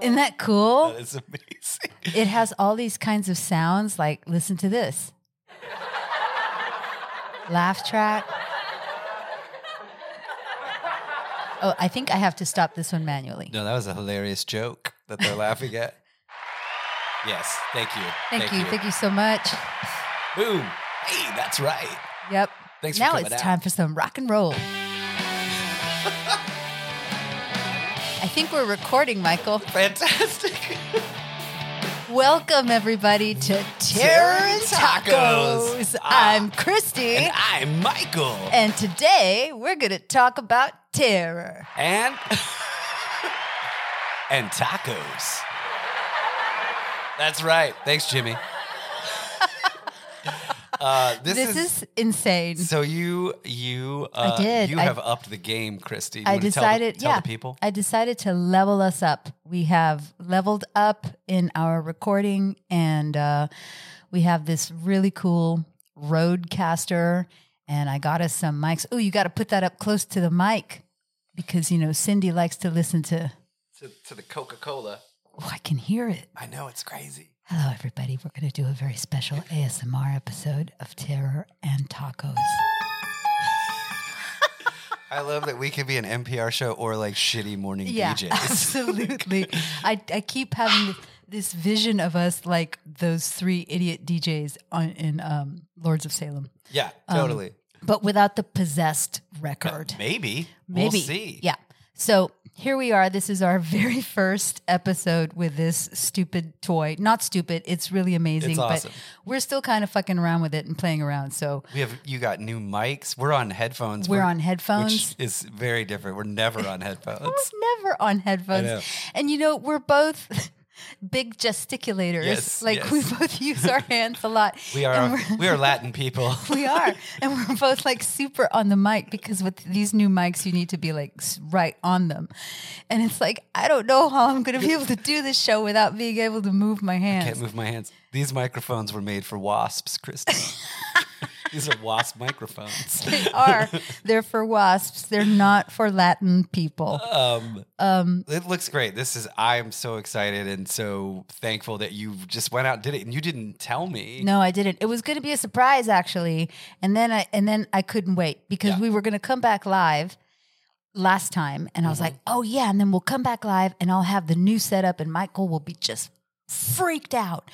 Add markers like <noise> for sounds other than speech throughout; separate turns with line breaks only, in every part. Isn't that cool?
That is amazing.
It has all these kinds of sounds. Like, listen to this laugh track. Oh, I think I have to stop this one manually.
<laughs> No, that was a hilarious joke that they're laughing at. Yes, thank you.
Thank, you. Thank you so much.
Boom. Hey, that's right.
Yep.
Thanks for
now
coming
it's
out.
time for some rock and roll. I think we're recording, Michael.
Fantastic.
<laughs> Welcome everybody to Terror and
Tacos.
Tacos.
Ah.
I'm Christy,
and I'm Michael.
and today we're going to talk about terror.
And <laughs> and tacos. That's right. Thanks,
<laughs>
Jimmy. Uh, this,
This, is, insane.
so you you uh,
did.
you
I-
have upped the game, Christy. You
I
wanna tell the-
decided,
tell
yeah,
the people.
I decided to level us up. We have leveled up in our recording, and uh, we have this really cool Rodecaster. And I got us some mics. Oh, you got to put that up close to the mic because you know Cindy likes to listen to.
to, to the Coca Cola.
Oh, I can hear it.
I know it's crazy.
Hello, everybody. We're going to do a very special ASMR episode of Terror and Tacos.
I love that we could be an NPR show or like shitty morning
Yeah,
<laughs>
Um, <laughs>
DJs.
absolutely. I, I keep having this, this vision of us like those three idiot DJs on, in um, Lords of Salem,
yeah, totally.
but without the possessed record.
Maybe.
Maybe.
We'll see.
Yeah. So here we are. This is our <laughs> very first episode with this stupid toy. Not stupid. It's really amazing.
It's awesome.
But we're still kind of fucking around with it and playing around. So
We have you got new mics. We're on headphones.
we're
We're-
on headphones.
which is very different. We're never on
<laughs>
headphones.
Almost never on
know.
headphones. And you know, we're both <laughs> big gesticulators.
Yes,
like we
yes.
both use our hands a lot.
We
And
are
we're- <laughs>
we are Latin people.
we are. And we're both like super on the mic because with these new mics, you need to be like s- right on them. And it's like, I don't know how I'm going to be able to do this show without being able to move my
Can't
hands.
move my hands. These microphones were made for
<laughs>
wasps, Kristen. These are wasp microphones.
They are. They're for wasps. They're not for Latin
<laughs>
people.
Um, it looks great. This is I'm so excited and so thankful that you just went out and did it and you didn't tell me.
No, I didn't. It was going to be a surprise actually, and then I and then I couldn't wait because
Yeah.
we were going to come back live last time, and I was like,
Mm-hmm.
"Oh yeah," and then we'll come back live, and I'll have the new setup, and Michael will be just freaked out.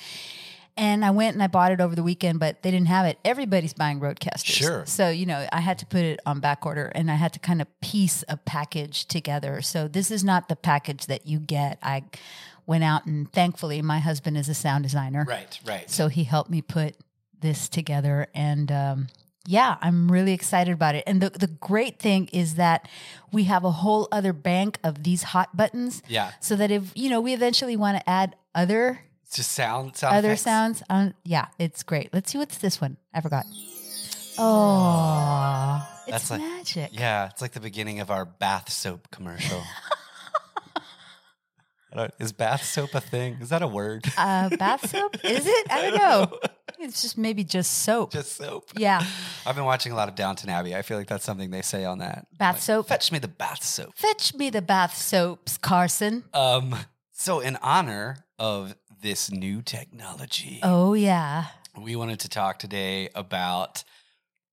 And I went and I bought it over the weekend, but they didn't have it. Everybody's buying roadcasters,
Sure.
So you know, I had to put it on back order, and I had to kind of piece a package together. So this is not the package that you get. I went out and thankfully my husband is a sound designer
Right, right.
so he helped me put this together and um yeah, I'm really excited about it. And the, the great thing is that we have a whole other bank of these hot buttons
yeah.
so that if, you know, we eventually want to add other
It's just sound sound
other
effects.
sounds on yeah, it's great. Let's see what's this one. I forgot. Oh, it's
That's like-
magic.
Yeah, it's like the beginning of our bath soap
<laughs>
commercial. I don't- is bath soap a thing? Is that a word?
Uh, bath soap? Is it? <laughs>
<laughs>
I don't know. It's just maybe just soap.
Just soap. <laughs>
yeah.
I've been watching a lot of Downton Abbey. I feel like that's something they say on that.
Bath
Like,
soap.
Fetch me the bath soap.
Fetch me the bath soaps, Carson.
Um, so in honor of this new technology,
Oh yeah.
we wanted to talk today about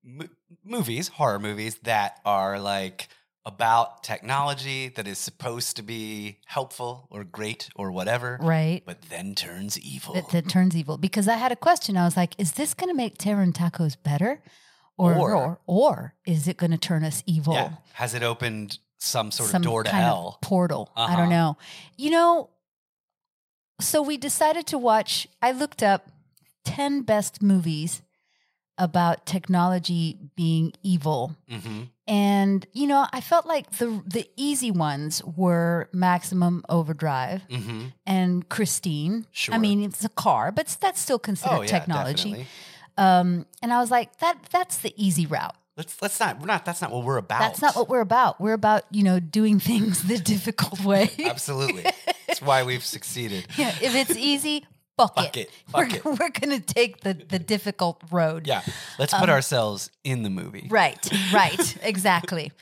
m- movies, horror movies that are like about technology that is supposed to be helpful or great or whatever,
Right.
but then turns evil.
that, that turns evil because I had a question. I was like, is this going to make Terran tacos better? Or,
Or-
or, or, is it going to turn us evil?
yeah. Has it opened some sort
Some
of door to
kind of
hell?
portal. I
Uh-huh.
don't know. You know, so we decided to watch, I looked up 10 best movies about technology being evil.
hmm
And, you know, I felt like the, the easy ones were Maximum Overdrive
hmm
and Christine.
Sure.
I mean, it's a car, but that's still considered
Oh yeah,
technology.
definitely.
Um, and I was like, that that's the easy route.
Let's let's not we're not that's not what we're about.
That's not what we're about. We're about, you know, doing things the <laughs> difficult
<laughs>
way.
Absolutely. That's why we've succeeded.
<laughs> yeah, if it's easy, fuck,
Fuck it. Fuck
we're, <laughs>
it.
we're gonna take the, the difficult road.
Yeah.
Um,
Let's put ourselves in the movie. <laughs>
Right, right, exactly.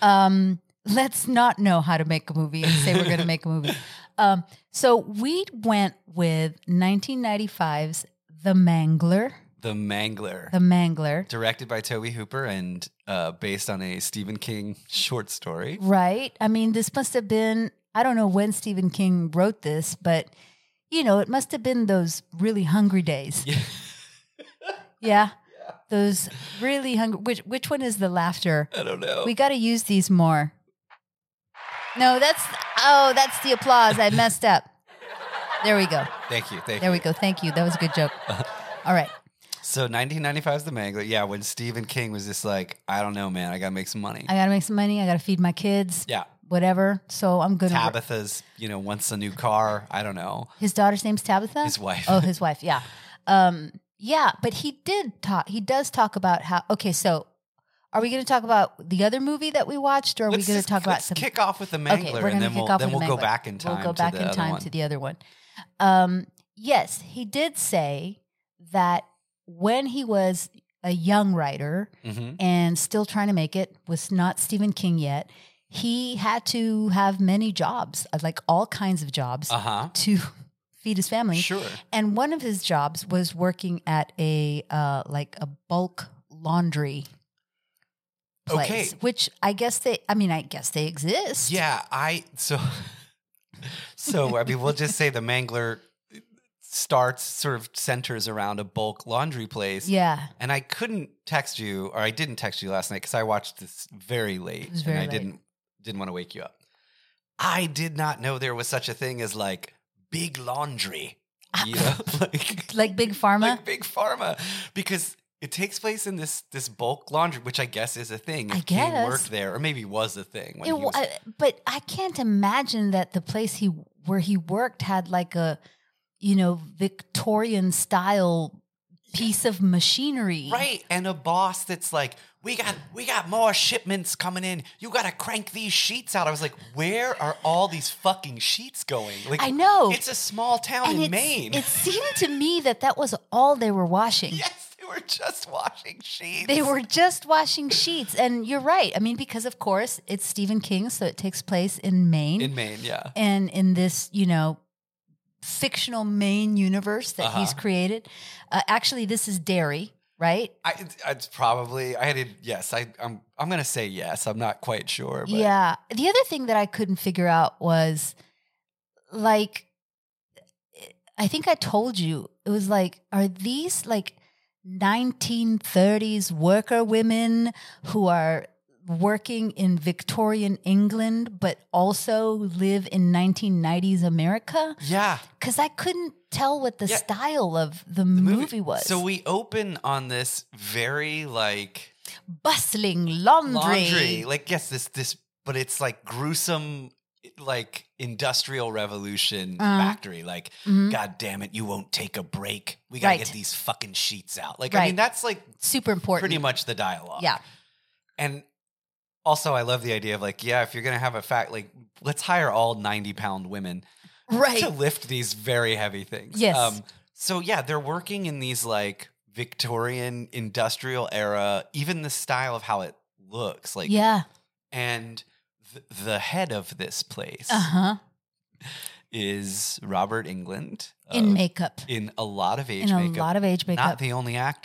Um, let's not know how to make a movie and say we're going to make a
<laughs>
movie. Um, so we went with 1995's The Mangler.
The Mangler,
The Mangler.
directed by Toby Hooper and uh, based on a Stephen King short story. <laughs>
Right. I mean, this must have been, I don't know when Stephen King wrote this, but, you know, it must have been those really hungry days.
Yeah.
Yeah. Those really hungry. Which, which one is the laughter?
I don't know.
We got to use these more. No, that's, oh, that's the applause. I messed up. There we go.
thank you. Thank
There
you.
we go. Thank you. That was a good <laughs> joke. All right.
So 1995 is The Mangler. Yeah, when Stephen King was just like, I don't know, man, I got to make some money.
I got to make some money. I got to feed my kids,
yeah.
whatever. So I'm going to.
Tabitha's, you know, wants a new car. I don't know.
His daughter's name's Tabitha?
His wife.
Oh, his wife. Yeah. Um, yeah, but he did talk. He does talk about how. Okay, so are we going to talk about the other movie that we watched, or are
Let's
we going
just-
to talk about
let's
some?
kick off with the
okay,
Mangler,
we're going to
and then
kick
we'll
off
then
with
we'll go
Mangler.
back in time.
We'll go
to
back
the
in
other
time
one.
to the other one. Um, yes, he did say that when he was a young writer,
Mhm.
and still trying to make it was not Stephen King yet. He had to have many jobs, like all kinds of jobs,
Uh huh.
to <laughs> feed his family.
Sure.
And one of his jobs was working at a uh, like a bulk laundry place,
Okay.
which I guess they. I mean, I guess they exist.
Yeah, I so <laughs> so I mean we'll just say the Mangler starts sort of centers around a bulk laundry place.
yeah.
And I couldn't text you or I didn't text you last night because I watched this very late.
It was
and
very
I
late.
didn't didn't want to wake you up. I did not know there was such a thing as like big laundry.
<laughs>
You know? <laughs> like
Like big pharma.
like big pharma because it takes place in this this bulk laundry, which I guess is a thing.
I
If King
guess.
worked there, or maybe was a thing. When
It
he
wa-
was,
I- but I can't imagine that the place he where he worked had like a, you know, Victorian style piece of machinery.
right, and a boss that's like, "We got we got more shipments coming in. You got to crank these sheets out." I was like, "Where are all these fucking sheets going?" Like,
I know.
it's a small town
and
in
it's-
Maine.
it seemed to me that that was all they were washing.
<laughs> yes, they were just washing sheets.
They were just washing sheets. And you're right. I mean, because of course it's Stephen King, so it takes place in Maine.
in Maine, yeah.
and in this, you know, fictional Maine universe that he's Uh,
Uh-huh.
Mm-hmm.
Um,
Uh-huh.
uh,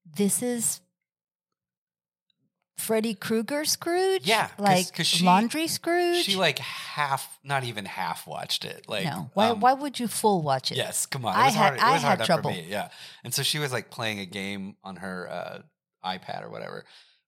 Uh-huh.
Freddy Krueger Scrooge?
Yeah, 'cause-
like
'cause she-
Laundry Scrooge.
She like half, not even half watched it. Like,
no, why?
um,
why would you full watch it?
Yes, come on. It
I
was
had-
hard, it
I
was hard
had
up
trouble.
for me. Yeah. And so she was like playing a game on her uh, iPad or whatever.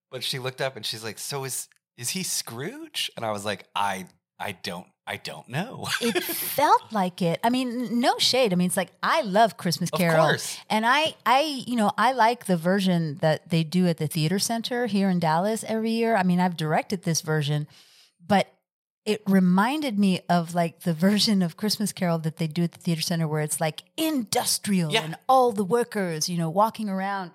But she looked up and she's like, "So is is he Scrooge?" And I was like, "I I don't I don't know." <laughs>
it felt like it. I mean, n- no shade. I mean, it's like I love Christmas
Of
Carol,
course.
and I, I, you know, I like the version that they do at the theater center here in Dallas every year. I mean, I've directed this version, but it reminded me of like the <laughs> version of Christmas Carol that they do at the theater center, where it's like industrial
Yeah.
and all the workers, you know, walking around,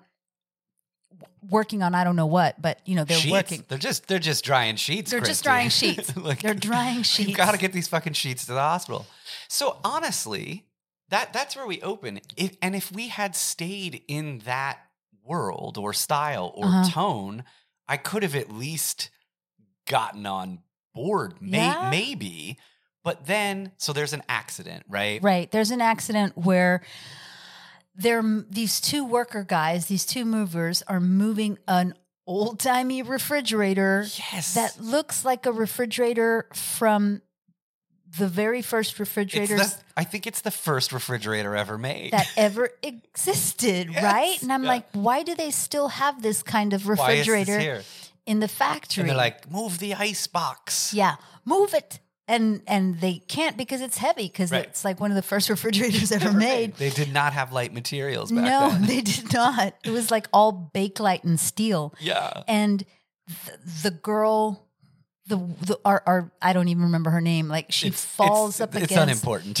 w- working on I don't know what, but you know, they're
sheets.
working.
They're just they're just drying sheets.
They're just
Christy. <laughs>
drying sheets.
Like,
They're drying sheets.
<laughs> You got to get these fucking sheets to the hospital. So honestly, that that's where we open. If, and if we had stayed in that world or style or
Uh-huh.
tone, I could have at least gotten on board. May,
Yeah.
Maybe. But then, so there's an accident, right?
Right. There's an accident where there these two worker guys, these two movers are moving an old-timey refrigerator
Yes.
that looks like a refrigerator from the very first
It's
refrigerators
<laughs> the, I think it's the first refrigerator ever made.
that ever existed,
Yes.
right? And I'm
Yeah.
like, why do they still have this kind of
<laughs> Why is this
refrigerator
here?
in the factory?
And they're like, move the ice box.
yeah, move it. And and they can't because it's heavy because
Right.
it's like one of the first <laughs>
<laughs>
refrigerators ever made.
They did not have light materials back
no, <laughs>
then.
they did not. It was like all bakelite and steel.
Yeah.
And th- the girl, the, the our, our, I don't even remember her name. Like she
It's-
falls
it's-
up
It's
against.
unimportant.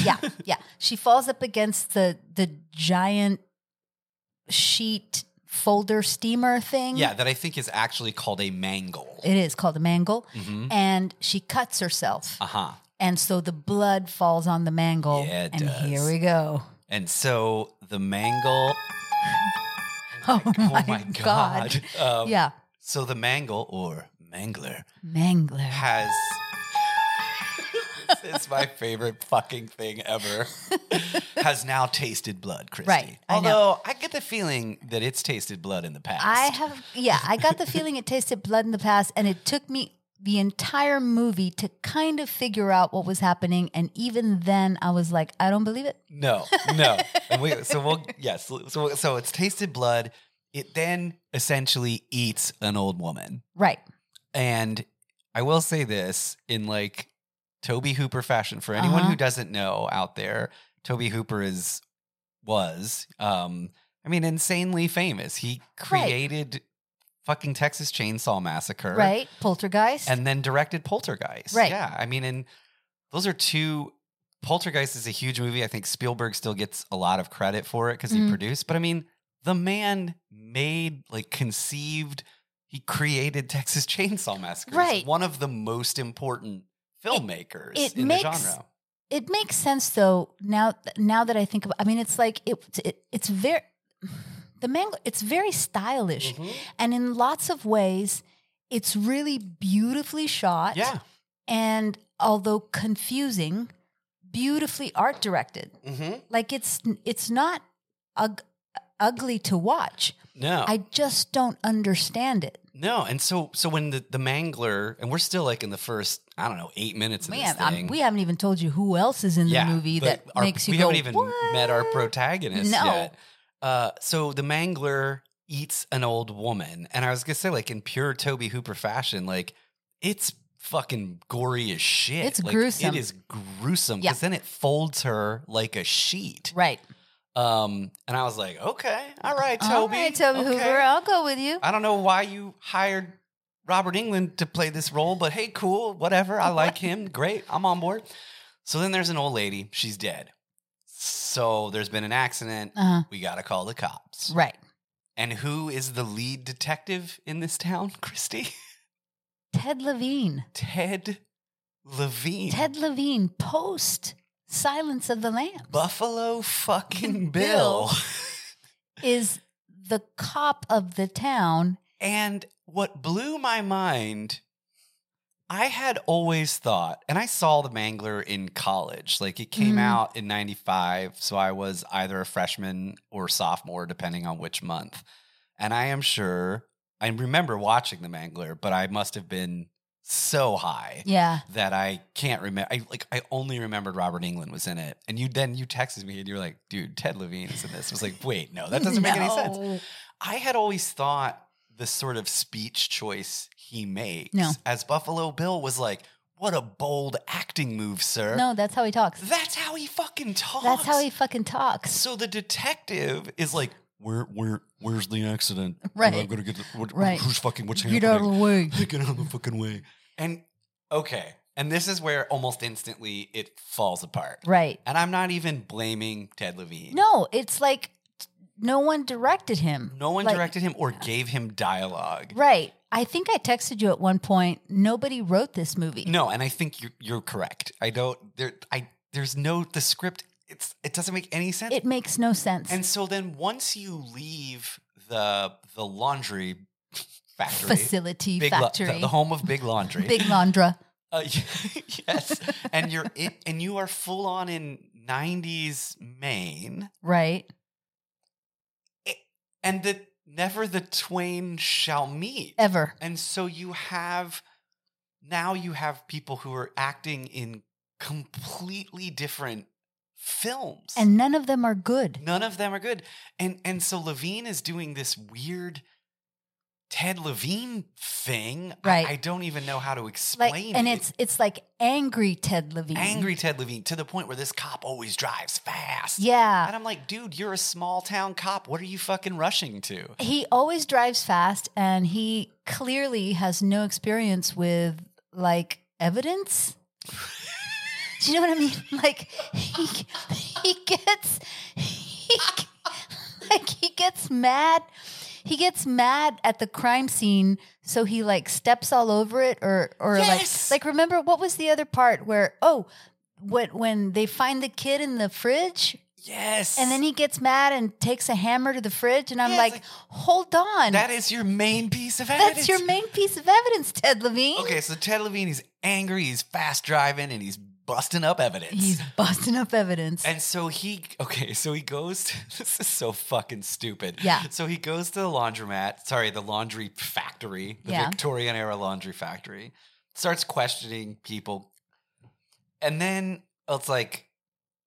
<laughs> yeah, yeah. She falls up against the the giant sheet folder steamer thing.
yeah, that I think is actually called a mangle.
it is called a mangle,
Mm-hmm.
and she cuts herself,
Uh huh.
and so the blood falls on the mangle.
Yeah, it
and
does.
here we go. <laughs>
And so the mangle.
Oh my,
oh my god. Um,
Yeah,
So the mangle or mangler
mangler. <laughs>
has. it's my favorite fucking
<laughs>
thing ever. has now tasted blood, Christy.
Right, I know.
Although I get the feeling that it's tasted blood in the past.
I have, yeah, I got the feeling it tasted blood in the past, and it took me the entire movie to kind of figure out what was happening. And even then, I was like, I don't believe it.
No,
<laughs>
no. And we, so we'll yes. So so it's tasted blood. It then essentially eats an old woman.
Right.
And I will say this in like Toby Hooper fashion for anyone
Uh-huh.
who doesn't know out there, Toby Hooper is was um I mean insanely famous. He created fucking Texas Chainsaw Massacre
Right. Poltergeist.
and then directed Poltergeist.
Right.
Yeah. I mean, and those are two. Poltergeist is a huge movie. I think Spielberg still gets a lot of credit for it because
Mhm.
he produced. But I mean, the man made, like, conceived, he created Texas Chainsaw Massacre. He's
Right.
One of the most important filmmakers
it
in
makes-
the genre.
it makes sense though. Now, now that I think about, I mean, it's like it, it it's very the mango. It's very stylish,
Mm-hmm.
and in lots of ways, it's really beautifully shot.
Yeah.
And although confusing, beautifully art directed.
hmm
Like it's it's not ug- ugly to watch.
No.
I just don't understand it.
no. And so, so when the, the mangler, and we're still like in the first, I don't know, eight minutes of
Man,
this
I'm-
thing.
we haven't even told you who else is in the movie
but
that
our-
makes you
we
go.
haven't even met our protagonist
No.
yet. Uh, so the mangler eats an old woman, and I was gonna say, like in pure Toby Hooper fashion, like it's fucking gory as shit.
It's
Like,
gruesome.
It is gruesome
Yeah.
because then it folds her like a sheet.
right?
Um, and I was like, okay, all right, Toby,
All right, Toby
okay.
Hoover, I'll go with you.
I don't know why you hired Robert England to play this role, but hey, cool, whatever.
<laughs>
I like him. Great. I'm on board. So then there's an old lady. She's dead. So there's been an accident.
Uh,
We got to call the cops.
right,
And who is the lead detective in this town, <laughs> Christy?
Ted Levine.
Ted Levine.
Ted Levine post Silence of the Lambs
Buffalo fucking Bill.
is the cop of the town.
And what blew my mind, I had always thought, and I saw The Mangler in college. Like it came
Mhm.
out in 95. So I was either a freshman or sophomore, depending on which month. And I am sure I remember watching The Mangler, but I must have been so high
Yeah.
that I can't remember. I like I only remembered Robert England was in it, and you then you texted me and you were like, "Dude, Ted Levine is in this." I was like, "Wait, no, that doesn't make any sense."
<laughs> No.
I had always thought the sort of speech choice he makes
No.
as Buffalo Bill was like, "What a bold acting move, sir."
No, that's how he talks.
That's how he fucking talks.
That's how he fucking talks.
So the detective is like, "Where, where, where's the accident?
Right.
I'm gonna get the, what,
Right.
Who's fucking? What's
Get
happening?
out of the
<laughs>
way.
Get out of the fucking way. And okay, and this is where almost instantly it falls apart.
Right.
And I'm not even blaming Ted Levine.
No, it's like t- no one directed him.
no one
Like,
directed him or gave him dialogue.
Right. I think I texted you at one point. Nobody wrote this movie.
No, and I think you're, you're correct. I don't. There, I there's no the script. It's it doesn't make any sense.
It makes no sense.
and so then once you leave the the laundry factory,
Facility
big Lo- the-
factory.
the, home of big laundry,
Big Laundra.
Uh, <laughs> yes, and you're it, and you are full on in '90s Maine,
Right.
and the never the twain shall meet.
Ever.
And so you have now you have people who are acting in completely different films.
And none of them are good.
none of them are good. And and so Levine is doing this weird Ted Levine thing. I-
Right.
I, don't even know how to explain
Like and
it.
it's it's like angry Ted Levine.
angry Ted Levine to the point where this cop always drives fast.
Yeah.
And I'm like, dude, you're a small town cop. What are you fucking rushing to?
he always drives fast and he clearly has no experience with like evidence do you know what i mean <laughs> like he he gets he, like he gets mad he gets mad at the crime scene so he like steps all over it or or
Yes!
like like remember what was the other part where oh when when they find the kid in the fridge
Yes.
and then he gets mad and takes a hammer to the fridge, and I'm
Yeah,
like,
it's like-
hold on.
that is your main piece of evidence.
That's your main piece of evidence, Ted Levine.
Okay, so Ted Levine is angry, he's fast driving, and he's busting up evidence.
He's busting up evidence.
and so he, okay, so he goes to, <laughs> this is so fucking stupid.
Yeah.
So he goes to the laundromat, sorry, the laundry factory, the
Yeah.
Victorian era laundry factory, starts questioning people. And then it's like,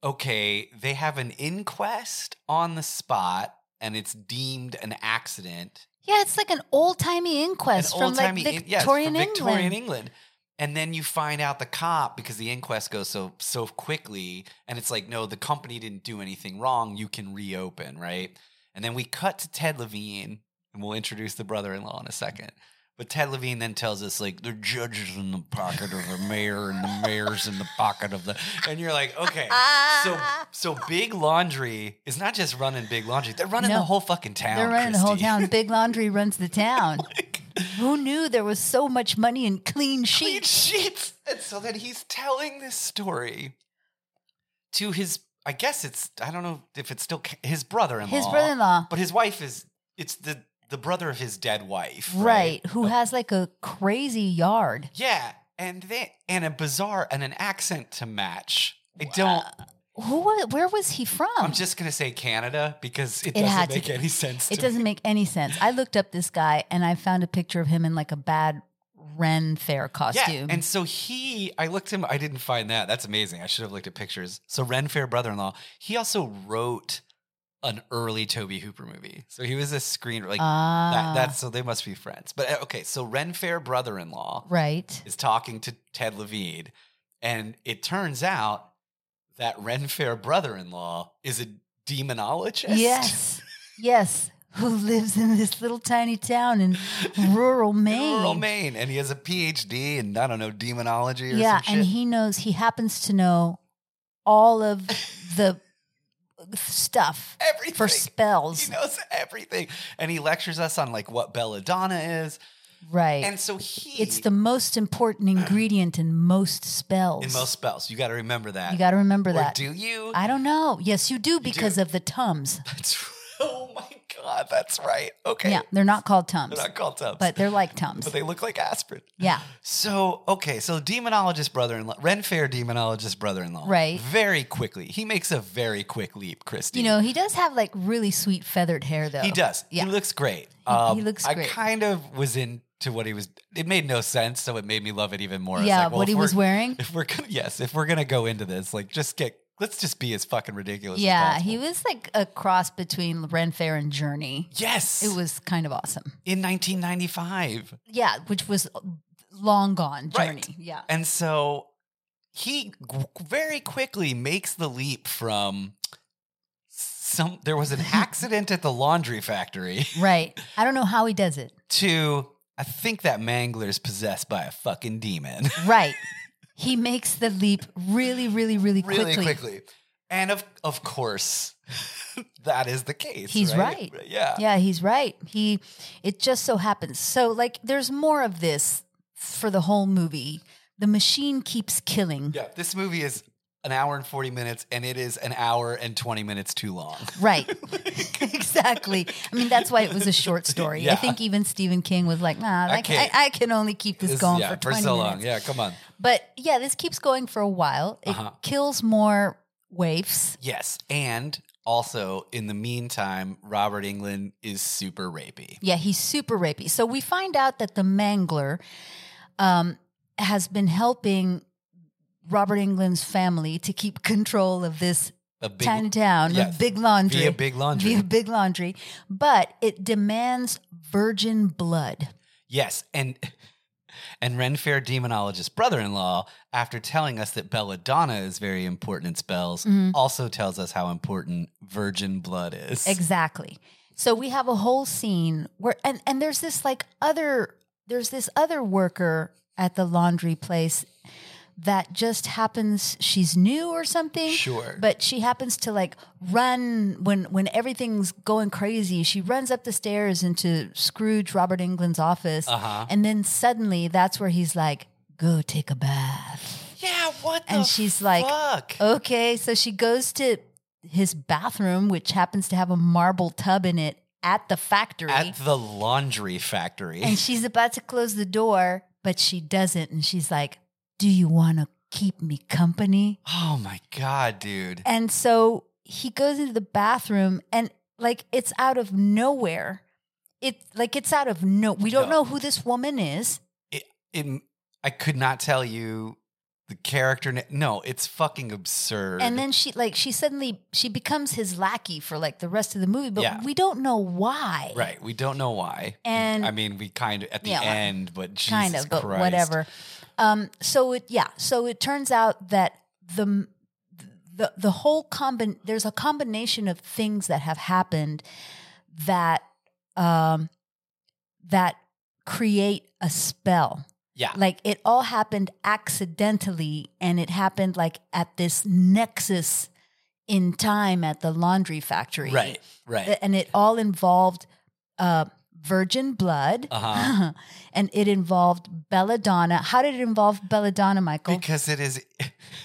okay, they have an inquest on the spot and it's deemed an accident.
yeah, it's like an old timey inquest from like
old-timey
Victorian,
in- yes, from Victorian
England.
England. And then you find out the cop because the inquest goes so so quickly, and it's like, no, the company didn't do anything wrong. You can reopen, right? And then we cut to Ted Levine, and we'll introduce the brother-in-law in a second. But Ted Levine then tells us like the judge is in the pocket of the mayor, and the mayor's in the pocket of the, and you're like, okay, so
Ah.
so big laundry is not just running big laundry; they're running
No.
the whole fucking town.
They're running the whole
Christy.
town. Big Laundry runs the town.
<laughs> Like-
Who knew there was so much money in clean
clean
sheets?
sheets. And so then he's telling this story to his, I guess it's, I don't know if it's still ca- his brother in law.
His brother in law,
But his wife is, it's the, the brother of his dead wife.
right. who has like a crazy yard.
Yeah. And they, and a bizarre, and an accent to match. I don't,
Who? wa- Where was he from?
I'm just going to say Canada because it,
It
doesn't
had to
make
be.
any sense
It
to me.
doesn't make any sense. I looked up this guy and I found a picture of him in like a bad Ren Fair costume.
Yeah, and so he, I looked him. I didn't find that. That's amazing. I should have looked at pictures. So Ren Fair brother-in-law, he also wrote an early Toby Hooper movie. So he was a screen like
ah,
that, that's so they must be friends. But uh, okay, so Ren Fair brother-in-law
right.
is talking to Ted Levine, and it turns out that Ren Fair brother-in-law is a demonologist.
Yes, yes. Who lives in this little tiny town in rural
<laughs> in
Maine?
<laughs> Rural Maine, and he has a PhD in I don't know demonology or
yeah,
some shit.
and he knows. He happens to know all of the stuff
everything
for
<laughs>
spells,
He knows everything. And he lectures us on like what belladonna is.
right?
And so he
it's the most important ingredient in most spells.
in most spells. You gotta remember that.
you got to remember
or
that.
<laughs> do you?
I don't know. Yes, you do because of the tums.
That's- oh my god. yeah, that's right. Okay.
Yeah, they're not called Tums,
They're not called Tums,
but they're like Tums.
<laughs> but they look like aspirin. <laughs>
yeah,
So, okay, so demonologist brother-in-law, Renfair demonologist brother-in-law.
Right.
Very quickly. He makes a very quick leap, Christy.
you know he does have like really sweet feathered hair though.
he does.
Yeah.
He looks great. Um,
he looks
I
great.
kind of was into what he was, it made no sense, so it made me love it even more. It's
yeah,
like, well,
what
if
he
we're-
was wearing.
<laughs> If we're gonna, yes, if we're gonna go into this, like, just get, let's just be as fucking ridiculous. as
Yeah,
possible.
he was like a cross between Ren Fair and Journey.
Yes,
It was kind of awesome.
in 1995,
Yeah, which was long gone. Journey.
Right.
Yeah.
and so he g- very quickly makes the leap from some.
<laughs>
There was an accident at the laundry factory
Right. I don't know how he does it.
to. I think that mangler's possessed by a fucking demon. <laughs>
Right. he makes the leap really, really, really quickly.
really quickly. And of of course, <laughs> that is the case.
He's
right.
right.
Yeah.
Yeah, he's right. He it just so happens. So like there's more of this for the whole movie. The machine keeps killing.
Yeah. This movie is an hour and 40 minutes, and it is an hour and 20 minutes too long. <laughs>
Right. <laughs> exactly. I mean, that's why it was a short story. I
Yeah.
think even Stephen King was like, nah, I, can, I,
can't.
I can only keep this,
This-
going
yeah,
for 20
so
minutes.
long. Yeah, come on.
But yeah, this keeps going for a while. It
Uh-huh.
kills more waifs.
Yes. And also, in the meantime, Robert England is super rapey.
Yeah, he's super rapey. So we find out that the mangler um, has been helping Robert England's family to keep <laughs> control of this
A big
tiny town
yes,
with big laundry.
via big laundry.
Via big laundry. But it demands virgin blood.
Yes, and <laughs> and Renfair demonologist brother-in-law, after telling us that belladonna is very important in spells, also tells us how important virgin blood is.
Exactly. So we have a whole scene where and and there's this like other there's this other worker at the laundry place that just happens she's new or something.
Sure.
But she happens to like run when when everything's going crazy. She runs up the stairs into Scrooge Robert England's office.
Uh-huh.
And then suddenly that's where he's like, "Go take a bath."
yeah, what the
And she's like,
fuck?
Okay, so she goes to his bathroom, which happens to have a marble tub in it at the factory.
At the laundry factory.
and she's about to close the door, but she doesn't. And she's like, Do you want to keep me company?
<laughs> oh my god, dude.
And so he goes into the bathroom, and like it's out of nowhere. It like it's out of no. We don't
No.
know who this woman is.
It, I could not tell you the character na- No, it's fucking absurd.
And then she like she suddenly she becomes his lackey for like the rest of the movie, but
Yeah.
we don't know why.
Right, we don't know why.
And-
I mean, we kind of at the
Yeah, well,
end, but Jesus
kind of, but
Christ.
whatever. Um, so it yeah, so it turns out that the the the whole combin there's a combination of things that have happened that um that create a spell.
Yeah,
Like it all happened accidentally and it happened like at this nexus in time at the laundry factory.
right, right.
and it all involved uh, virgin blood,
Uh-huh.
<laughs> and it involved belladonna. How did it involve belladonna, Michael?
Because it is. <laughs>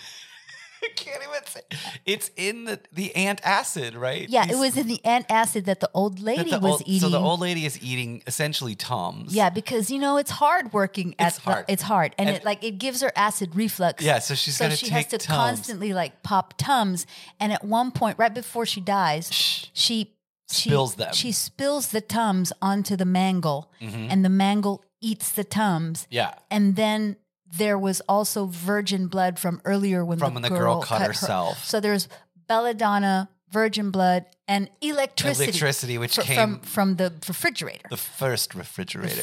I can't even say. It's in the the antacid, right?
yeah,
These-
it was in the antacid that the old
that
lady
the
was
old-
eating.
So the old lady is eating essentially tums.
yeah, because you know it's hard working at
It's hard.
The, it's hard, and,
And-
it like it gives her acid reflux.
Yeah. So she's
so
gonna
she has
take
to
tums.
constantly like pop tums, and at one point, right before she dies,
Shh.
she she
Spills them. Mm-hmm.
She spills the tums onto the mangle, and the mangle eats the tums,
Yeah.
and then there was also virgin blood from earlier when,
From
the,
when the
girl,
girl cut
her-
herself.
So there's belladonna, virgin blood, and electricity,
Electricity, which
fr-
came
from from the refrigerator,
the first refrigerator.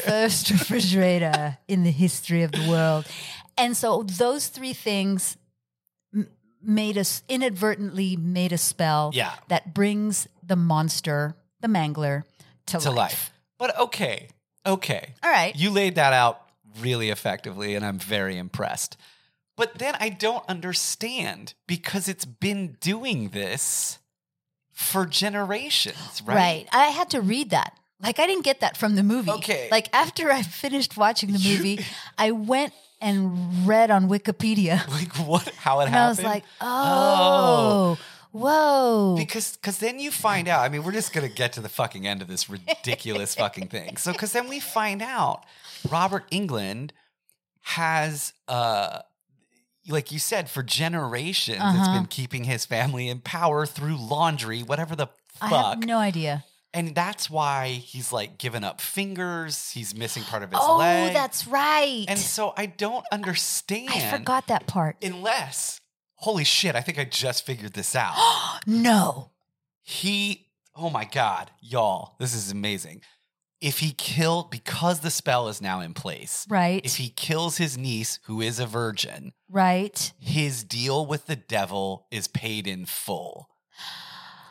<laughs> first refrigerator in the history of the world. And so those three things m- made us inadvertently made a spell
Yeah.
that brings the monster, the mangler, to,
to life. But okay, okay.
All right.
You laid that out really effectively, and I'm very impressed. But then I don't understand because it's been doing this for generations, right?
Right. I had to read that. Like I didn't get that from the movie.
Okay.
Like after I finished watching
<laughs>
the movie, I went and read on Wikipedia. <laughs>
Like what? How it
And
happened?
I was like, oh, Whoa.
Because cause then you find out. I mean, we're just going to get to the fucking end of this ridiculous fucking thing. So, because then we find out Robert England has, uh, like you said, for generations, it's
Uh-huh.
been keeping his family in power through laundry, whatever the
I
fuck.
have no idea.
and that's why he's like given up fingers. He's missing part of his
Oh,
leg.
that's right.
and so I don't understand.
I forgot that part.
Unless, holy shit, I think I just figured this
<gasps>
out. <gasps>
no.
he oh my god y'all this is amazing if he killed because the spell is now in place
Right.
if he kills his niece who is a virgin
right.
his deal with the devil is paid in full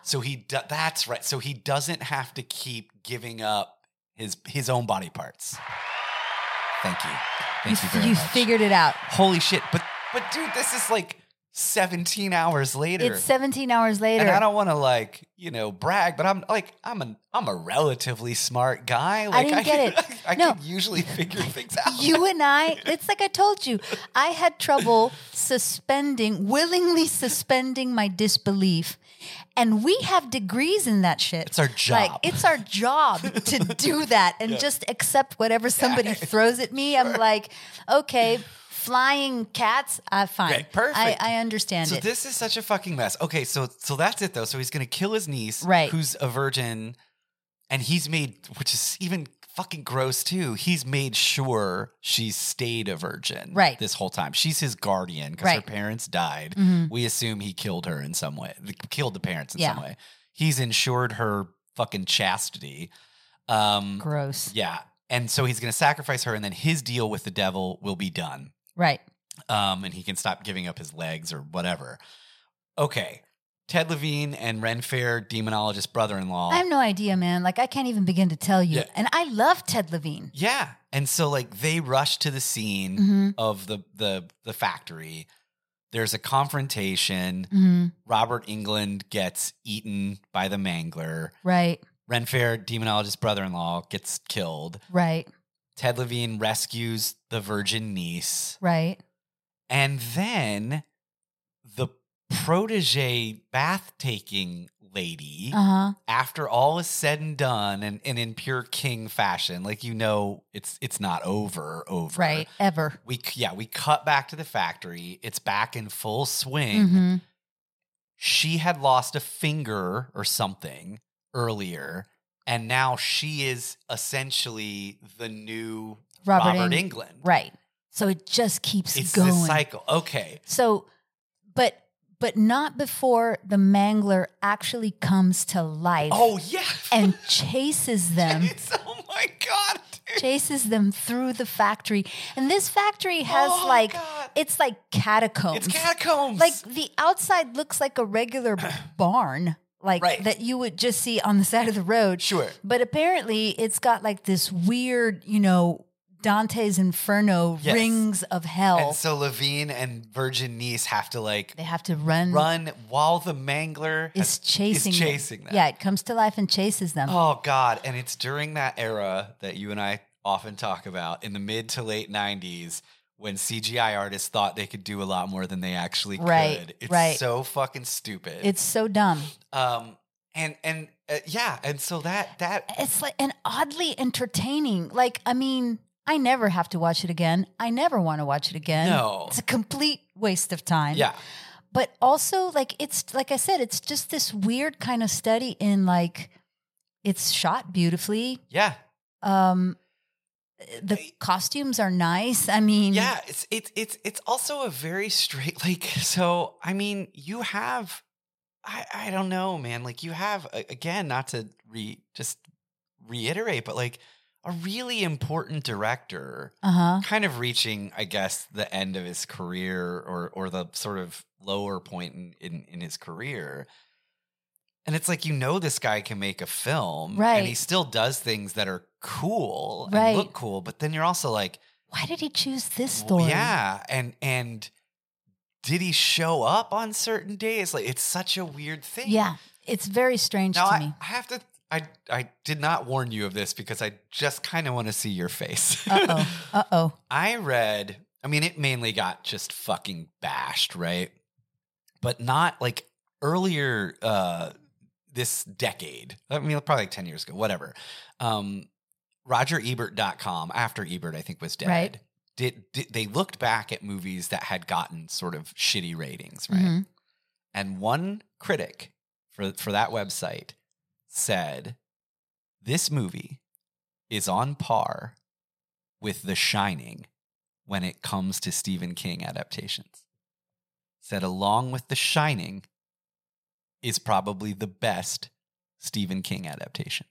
so he do- that's right so he doesn't have to keep giving up his his own body parts thank you thank you,
f-
very much
figured it out.
holy shit but but dude this is like 17 hours later
It's 17 hours later.
and I don't want to like you know brag, but I'm like I'm an I'm a relatively smart guy. Like
didn't get
can,
it.
<laughs> I
No.
can
<laughs>
usually figure things out. <laughs>
you and I, it's like I told you, I had trouble suspending, willingly suspending my disbelief. And we have degrees in that shit.
It's our job.
Like, it's our
<laughs>
job to do that and just accept whatever somebody throws at me. I'm like, okay, flying cats, I fine.
Right, perfect.
I, I understand
so
it.
this is such a fucking mess. Okay, so so that's it though. So he's gonna kill his niece,
Right.
Who's a virgin, and he's made which is even fucking gross too. He's made sure she stayed a virgin,
Right.
This whole time, she's his guardian because her
Right.
parents died.
Mm-hmm.
We assume he killed her in some way, th- killed the parents in
Yeah.
some way. He's ensured her fucking chastity. Um,
Gross.
Yeah. And so he's going to sacrifice her, and then his deal with the devil will be done.
Right.
Um, and he can stop giving up his legs or whatever. Okay. Ted Levine and Ren Fair, demonologist brother in
I
law.
have no idea, man. Like, I can't even begin to tell you.
Yeah.
And I love Ted Levine.
Yeah. And so, like, they rush to the scene
Mm-hmm.
of the, the, the factory. There's a confrontation.
Mm-hmm.
Robert England gets eaten by the mangler.
Right.
Ren Fair, demonologist brother in law, gets killed.
Right.
Ted Levine rescues the virgin niece.
Right.
And then the protege bath taking lady,
Uh huh.
after all is said and done, and, and in pure king fashion, like you know, it's it's not over, over.
Right. Ever.
We c- yeah, we cut back to the factory. It's back in full swing.
hmm
She had lost a finger or something earlier, and now she is essentially the new
Robert,
Robert,
Eng-
England.
Right. So it just keeps
It's
going.
this cycle. Okay.
so, but but not before the mangler actually comes to life
Oh yeah. <laughs>
and um, chases them.
It's- oh my god, dude.
chases them through the factory. And this factory has
Oh,
like
God.
it's like catacombs.
it's catacombs.
like the outside looks like a
<clears throat>
regular barn like
Right.
that you would just see on the side of the road.
sure.
But apparently, it's got like this weird, you know, Dante's Inferno
Yes.
rings of hell.
And so Levine and Virgin Niece have to like
they have to run.
run while the mangler
is
has-
chasing.
is chasing
them.
them.
Yeah, it comes to life and chases them.
Oh god, and it's during that era that you and I often talk about in the mid to late 90s when CGI artists thought they could do a lot more than they actually
Right,
could. It's
right.
so fucking stupid.
It's so dumb.
um and and uh, yeah, and so that that
It's like and oddly entertaining. Like, I mean, I never have to watch it again. I never want to watch it again.
No.
it's a complete waste of time.
yeah.
but also like it's like I said, it's just this weird kind of study in like it's shot beautifully.
Yeah.
Um, the costumes are nice. I mean,
Yeah, it's it's it's it's also a very straight <laughs> like so I mean you have I I don't know man like you have a- again not to re just reiterate but like a really important director
Uh huh.
kind of reaching I guess the end of his career or or the sort of lower point in in, in his career and it's like you know this guy can make a film and he
Right.
still does things that are cool
Right.
and look cool but then you're also like
Why did he choose this
well,
story?
Yeah, and and did he show up on certain days? Like it's such a weird thing.
Yeah. It's very strange
Now
to
I, <laughs>
me.
I have to. I I did not warn you of this because I just kind of want to see your face.
Uh oh. Uh oh.
<laughs> I read. I mean, it mainly got just fucking bashed, right? But not like earlier uh, this decade, I mean, probably like 10 years ago, whatever, um, RogerEbert.com, after Ebert, I think, was dead.
Right.
Did, did they looked back at movies that had gotten sort of shitty ratings, right?
Mhm.
And one critic for, for that website said, This movie is on par with The Shining when it comes to Stephen King adaptations. Said, along with The Shining, is probably the best Stephen King adaptation.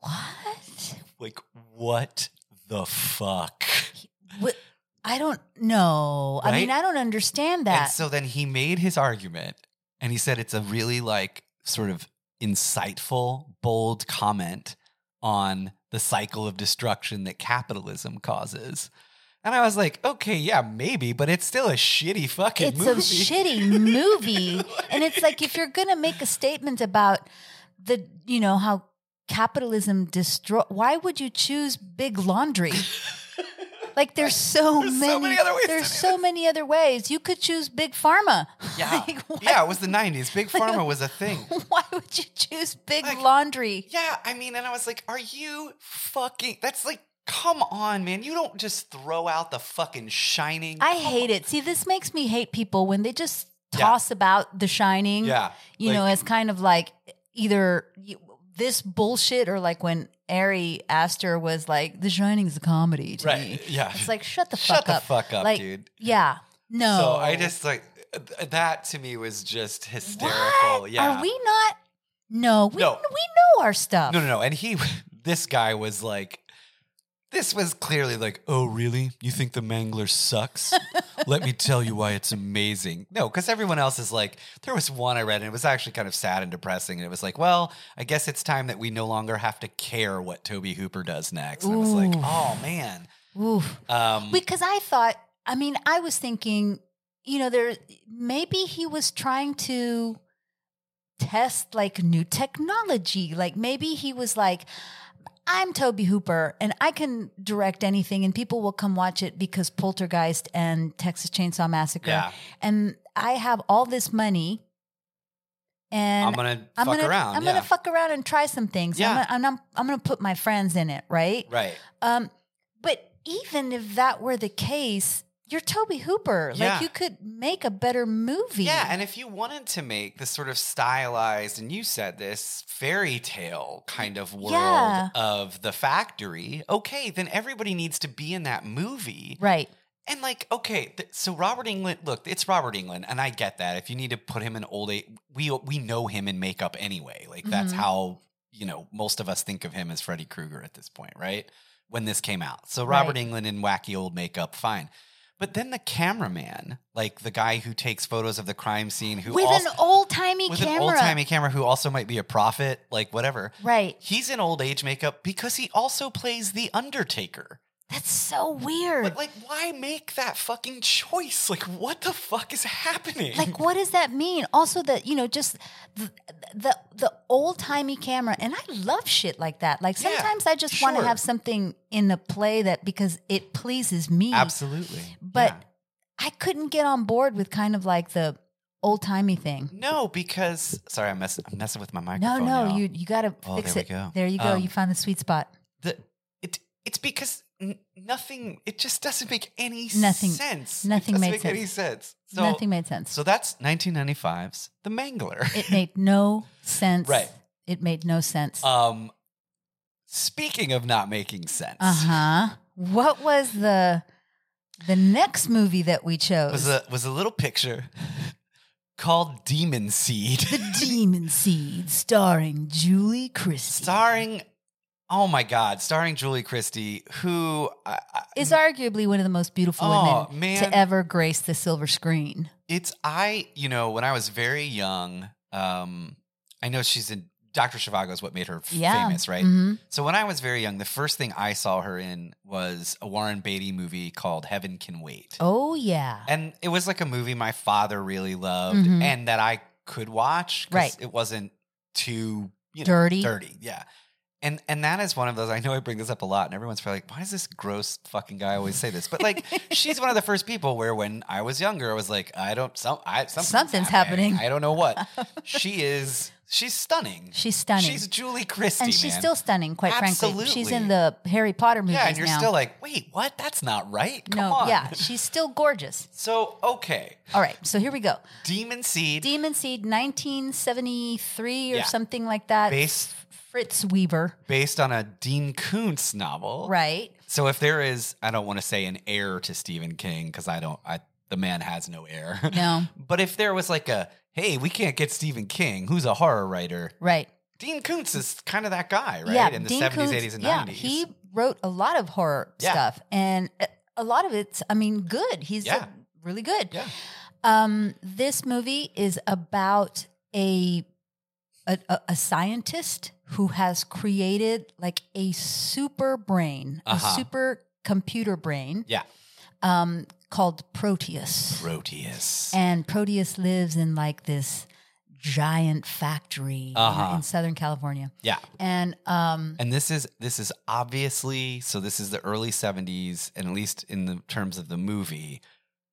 What?
Like, what the fuck?
what? I don't know. I mean,
Right?
I don't understand that.
And so then he made his argument and he said it's a really like sort of insightful, bold comment on the cycle of destruction that capitalism causes. And I was like, okay, yeah, maybe, but it's still a shitty fucking
it's
movie. <laughs>
a shitty movie. and it's like if you're gonna make a statement about the you know how capitalism destroy why would you choose big
<laughs>
laundry like there's so
There's so
many,
many other ways to
there's
do
so many other ways you could choose big pharma <laughs>
Yeah.
Like, why,
yeah, it was the 90s. Big Pharma was a thing.
<laughs> why would you choose big
Like-
laundry
Yeah, I mean, and I was like, are you fucking. That's like, come on, man. You don't just throw out the fucking shining.
i
Come
hate
on.
it see this makes me hate people when they just
Yeah.
toss about the shining
Yeah.
you
like-
know, as kind of like either you, this bullshit or like when Ari Aster was like, "The Shining's a comedy to me."
<laughs> Right. Yeah.
It's like shut the
Shut
fuck
the
up,
fuck up,
Like,
dude.
yeah, no.
So I just like th- that to me was just hysterical.
What?
Yeah.
Are we not? No, we
No.
we know our stuff.
no, no, no. And he, <laughs> this guy was like, this was clearly like, oh, really? You think the Mangler sucks? Let me tell you why it's amazing. No, because everyone else is like, there was one I read and it was actually kind of sad and depressing. And it was like, well, I guess it's time that we no longer have to care what Toby Hooper does next. And it was like,
Ooh.
oh, man.
Oof.
Um,
Because I thought, I mean, I was thinking, you know, there maybe he was trying to test like new technology. Like maybe he was like, I'm Toby Hooper and I can direct anything and people will come watch it because Poltergeist and Texas Chainsaw Massacre.
yeah,
And I have all this money and
I'm going to fuck around.
I'm
yeah.
gonna fuck around and try some things.
Yeah.
I'm, gonna, I'm, not- I'm gonna put my friends in it, right?
right.
Um, but even if that were the case, you're Toby Hooper. Like
Yeah.
you could make a better movie.
Yeah, and if you wanted to make this sort of stylized, and you said this fairy tale kind of world
Yeah.
of the factory, okay, then everybody needs to be in that movie.
right.
And like, okay, th- so Robert England, look, it's Robert England, and I get that. If you need to put him in old age, we we know him in makeup anyway. Like that's
Mhm.
how you know most of us think of him as Freddy Krueger at this point, right? When this came out, so
Right.
Robert England in wacky old makeup, fine. But then the cameraman, like the guy who takes photos of the crime scene, who
With
also
an old timey
with
camera.
an old timey camera, who also might be a prophet, like whatever.
right.
He's in old age makeup because he also plays the Undertaker.
That's so weird.
But like, why make that fucking choice? Like, what the fuck is happening?
<laughs> like what does that mean also that you know just the the, the old timey camera and i love shit like that like
Yeah,
sometimes i just want to
sure.
have something in the play that because it pleases me
absolutely.
but
Yeah.
i couldn't get on board with kind of like the old timey thing
no, because sorry, I'm messing. I'm messing with my
no
microphone.
no
now.
you you gotta
Oh,
fix
there
it
we go.
there you go
Um,
you found the sweet spot
The, it it's because n- nothing. It just doesn't make any
Nothing-
sense. It
nothing
doesn't
makes
make any sense. So
nothing made sense
so that's 1995's The Mangler. <laughs>
it made no sense
Right.
it made no sense
um, speaking of not making sense,
uh-huh what was the the next movie that we chose
was a was a little picture <laughs> called Demon Seed.
The Demon Seed, starring Julie Christie,
starring oh my god starring julie christie who I, I,
is arguably one of the most beautiful
Oh,
women
man.
to ever grace the silver screen.
it's i you know when i was very young um i know she's in dr shivago is what made her f-
Yeah.
famous right
Mhm.
so when i was very young the first thing i saw her in was a warren beatty movie called heaven can wait
Oh yeah,
and it was like a movie my father really loved
Mhm.
and that i could watch 'cause
Right.
it wasn't too you know,
dirty.
dirty yeah And and that is one of those. I know I bring this up a lot, and everyone's probably like, "Why does this gross fucking guy always say this?" But
<laughs>
like, she's one of the first people where, when I was younger, I was like, "I don't some I something's,
Something's
happening.
happening.
I don't
<laughs>
know what." she is. She's stunning.
She's stunning.
She's Julie Christie,
and she's
man.
still stunning, quite frankly. She's
Absolutely.
in the Harry Potter movies
yeah, and you're
now.
still like, "Wait, what? That's not right." Come
no,
on.
yeah, she's still gorgeous.
So okay,
All right, so here we go.
Demon Seed,
Demon Seed, 1973 or
Yeah.
something like that.
based
Fritz Weaver,
based on a Dean Koontz novel,
right?
So if there is, I don't want to say an heir to Stephen King because I don't. I the man has <laughs> no heir. <laughs>
No,
but if there was like a hey, we can't get Stephen King, who's a horror writer,
right.
Dean Koontz is kind of that guy, right? In the
Dean
seventies,
Koontz-
eighties, and
yeah,
nineties.
he wrote a lot of horror
Yeah.
stuff, and uh, a lot of it's, I mean, good. He's uh,
Yeah.
really good.
Yeah.
Um, this movie is about a, a a- a scientist who has created like a super brain, a
Uh-huh.
super computer brain,
yeah,
um, called Proteus.
Proteus.
And Proteus lives in like this giant factory uh,
Uh-huh.
in Southern California.
yeah,
And um,
and this is this is obviously so. This is the early seventies, and at least in the terms of the movie,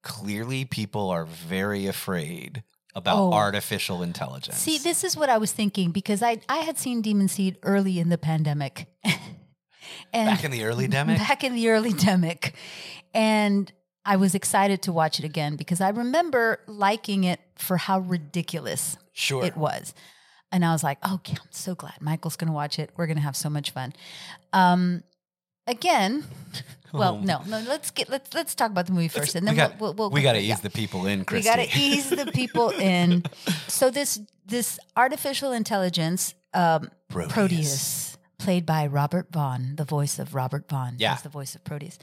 clearly people are very afraid about
Oh.
artificial intelligence.
see, this is what I was thinking because I, I had seen Demon Seed early in the pandemic. <laughs> and
back in the early
<laughs>
demic.
back in the early demic. And I was excited to watch it again because I remember liking it for how ridiculous
sure.
it was. And I was like, oh, yeah, I'm so glad Michael's going to watch it. We're going to have so much fun. Um,
<laughs>
again, well,
Oh.
no, no. Let's get let's let's talk about the movie first, and
we
then
got,
we'll, we'll, we'll
we got to
yeah.
ease the people in,
We
Christy.
got to
<laughs>
ease the people in. So this this artificial intelligence, um,
Proteus.
Proteus, played by Robert Vaughn, the voice of Robert Vaughn,
Yeah.
is the voice of Proteus,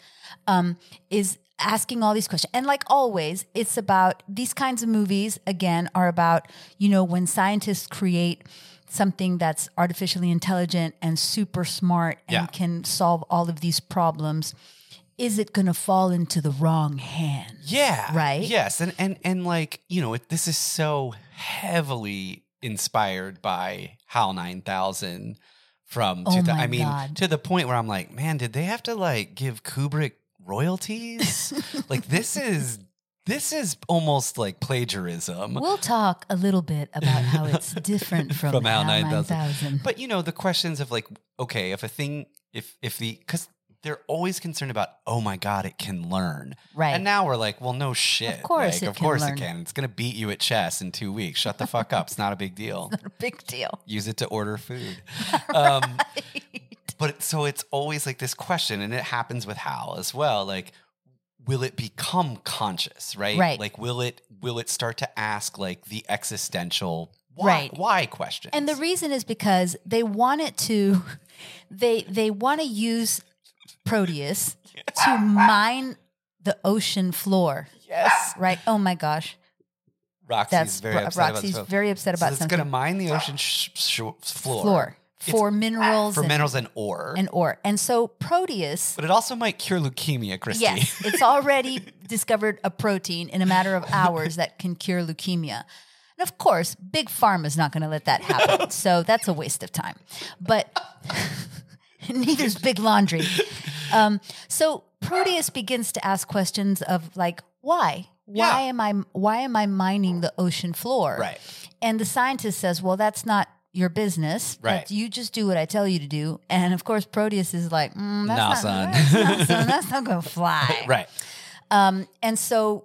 um, is asking all these questions. And like always, it's about these kinds of movies. Again, are about you know when scientists create something that's artificially intelligent and super smart and
Yeah.
can solve all of these problems. Is it going to fall into the wrong hands?
Yeah.
Right?
Yes, and and and like you know, it, this is so heavily inspired by HAL Nine Thousand from.
Oh
2000
my
I mean,
God.
to the point where I'm like, man, did they have to like give Kubrick
<laughs>
royalties? like this is this is almost like plagiarism.
We'll talk a little bit about how it's different from,
From
HAL
HAL
9000.
9000. But you know, the questions of like, okay, if a thing, if if the because. They're always concerned about, oh my God, it can learn.
right.
And now we're like, well, no shit.
course
like,
it
of
can
course
learn.
it can. It's gonna beat you at chess in two weeks. Shut the fuck up. It's not a
<laughs>
big deal.
Big deal.
Use it to order food.
<laughs>
Um, but it- so it's always like this question, and it happens with Hal as well. Like, will it become conscious? Right.
Right.
Like, will it will it start to ask like the existential why
Right.
why questions?
And the reason is because they want it to, <laughs> they they want to use
<laughs>
Proteus to mine the ocean floor.
yes,
Right. Oh my gosh.
Roxy's
That's
very
Ro-
upset
Roxy's
about this.
very upset
so
about
it's
something.
gonna mine the ocean sh- sh- floor,
floor for minerals
for
and,
minerals and ore.
and ore. And so Proteus
But it also might cure leukemia, Christy.
Yes, it's already discovered a protein in a matter of hours that can cure leukemia. And of course, Big Pharma is not going to let that happen. So that's a waste of time. But <laughs> neither is Big Laundry. Um, so Proteus begins to ask questions of like, why? Why
Yeah.
am I why am I mining the ocean floor?
<laughs> Right.
And the scientist says, "Well, that's not your business.
Right.
That's- you just do what I tell you to do." And of course, Proteus is like, mm, that's
Nah,
not,
son.
That's not,
<laughs>
son, that's not gonna fly."
Right.
Um, and so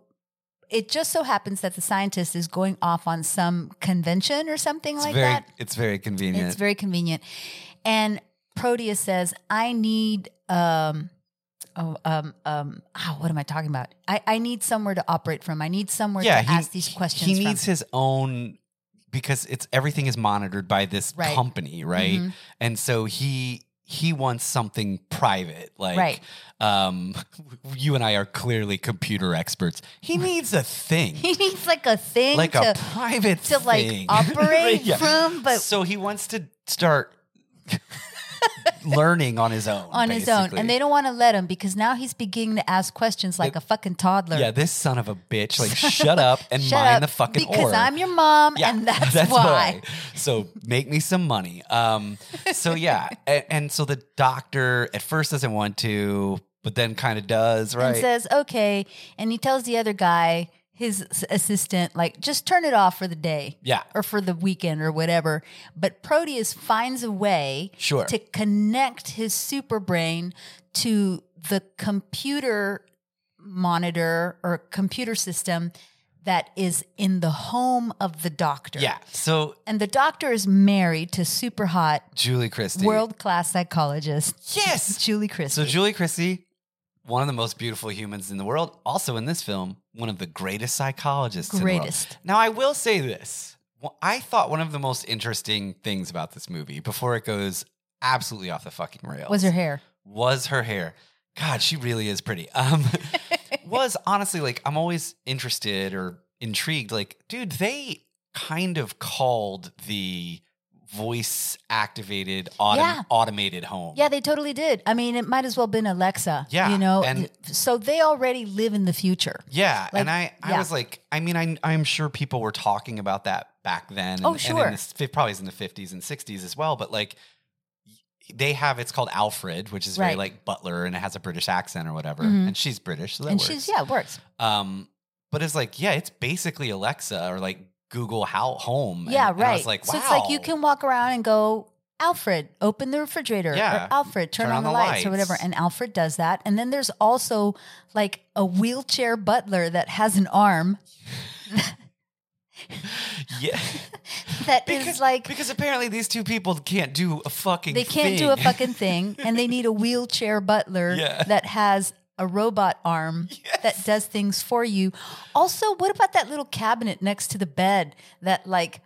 it just so happens that the scientist is going off on some convention or something
It's
like
very
that.
it's very convenient.
It's very convenient. And Proteus says, "I need um." Oh, um, um, oh, what am I talking about? I, I need somewhere to operate from. I need somewhere to ask these questions.
He
from. <laughs>
needs his own because it's everything is monitored by this
Right.
company, right?
Mhm.
And so he he wants something private, like
Right.
um, <laughs> you and I are clearly computer experts. He needs a thing,
He needs like a thing
like
to
a private
to like
thing. <laughs>
operate
Yeah.
from, but
so he wants to start <laughs> learning on his own.
on his own,
basically.
and they don't want to let him because now he's beginning to ask questions like
It-
a fucking toddler.
Yeah, this son of a bitch. Like, shut
<laughs>
up and
Shut
mind
up,
the fucking
because
org.
I'm your mom,
Yeah, <laughs>
and that's, why.
So make me some money. Um, so
<laughs>
yeah, and, and so the doctor at first doesn't want to, but then kind of does, right?
And says okay, and he tells the other guy, his s- assistant, like just turn it off for the day
yeah,
or for the weekend or whatever. But Proteus finds a way
sure.
to connect his super brain to the computer monitor or computer system that is in the home of the doctor.
Yeah. So
And the doctor is married to super hot
Julie Christie.
world class psychologist
Yes.
Julie Christie.
So Julie Christie, one of the most beautiful humans in the world, also in this film, one of the greatest psychologists. in the world.
Greatest.
Now I will say this: Wh- I thought one of the most interesting things about this movie, before it goes absolutely off the fucking rails,
was her hair.
was her hair. God, she really is pretty.
<laughs>
Um, was honestly like I'm always interested or intrigued. Like, dude, they kind of called the voice activated autom-
Yeah.
automated home.
Yeah, they totally did. I mean, it might as well have been Alexa.
Yeah,
You know,
and-
so they already live in the future.
Yeah,
Like,
and I, I
yeah.
was like, I mean, I, I'm sure people were talking about that back then. And,
Oh,
And
sure.
in the, fif- probably is in the 50s and 60s as well. But like, they have it's called Alfred, which is very
Right.
like Butler, and it has a British accent or whatever.
Mhm.
And she's British, so that
and
works.
she's, yeah, it works.
Um, but it's like, yeah, it's basically Alexa or like Google How Home. and-
Yeah,
and
right.
I was like, wow.
So it's like you can walk around and go, Alfred, open the refrigerator.
Yeah.
Or Alfred, turn, on, the, lights, or whatever.
lights.
And Alfred does that. And then there's also like a wheelchair butler that has an arm
<laughs>
<laughs>
yeah,
that is
because
like
because apparently these two people can't do a fucking.
they can't do a
thing. <laughs>
fucking thing. And they need a wheelchair butler
Yeah.
that has a robot
<laughs>
arm that does things for you. Also, what about that little cabinet next to the bed that like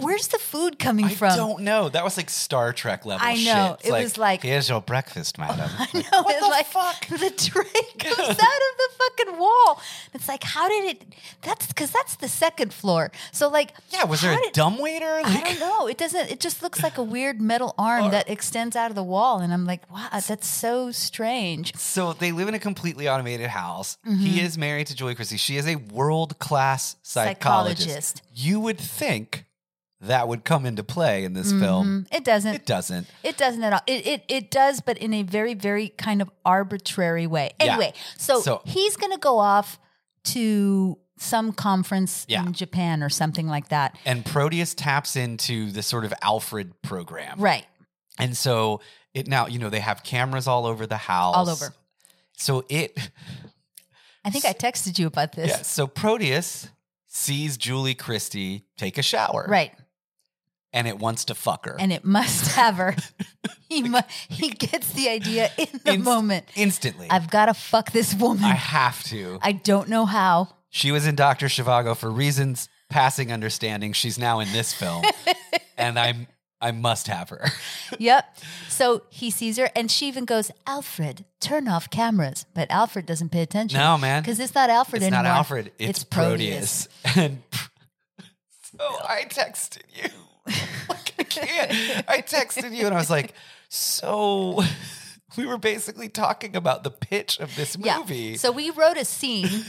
where's the food coming
I
from?
don't know. That was like Star Trek level.
I
shit.
know.
It's
It was like-
here's your
<laughs>
breakfast, madam.
I know.
What
it's
the
like
fuck?
<laughs> the tray comes <laughs> out of the fucking wall. It's like, how did it? That's because that's the second floor. So like,
yeah, was there
how
a
did-
dumb waiter?
I don't know. It doesn't. It just looks like a weird metal arm
Or-
that extends out of the wall, and I'm like, wow, that's so strange.
<laughs> So they live in a completely automated house.
Mm-hmm.
He is married to Julie Christie. She is a world class psychologist.
Psychologist.
You would think that would come into play in this film.
Mm, It doesn't.
It doesn't.
It doesn't at all. It, it it does, but in a very very kind of arbitrary way.
Yeah.
Anyway, so,
So-
he's going to go off to some conference
Yeah.
in Japan or something like that.
And Proteus taps into the sort of Alfred program.
Right.
And so it now, you know, they have cameras all over the house.
All over.
So it
I think I texted you about this.
Yeah, so Proteus sees Julie Christie take a shower.
Right.
And it wants to fuck her.
And it must <laughs> have her. he mu- he gets the idea in the
Inst-
moment.
instantly. I've-
I've got to fuck this woman. I,
to.
don't know how.
she was in Dr. Shivago for reasons passing understanding. She's now in
<laughs>
this film. and I'm I must have her. <laughs>
Yep. So he sees her and she even goes, Alfred, turn off cameras. But Alfred doesn't pay attention.
No, man.
Because it's not Alfred
It's
anymore.
not Alfred. It's,
It's
Proteus. <laughs> And so I texted you. <laughs> Like, I can't. I texted you and I was like, <laughs> so <laughs> we were basically talking about the pitch of this
Yeah.
movie.
So we wrote a
<laughs>
scene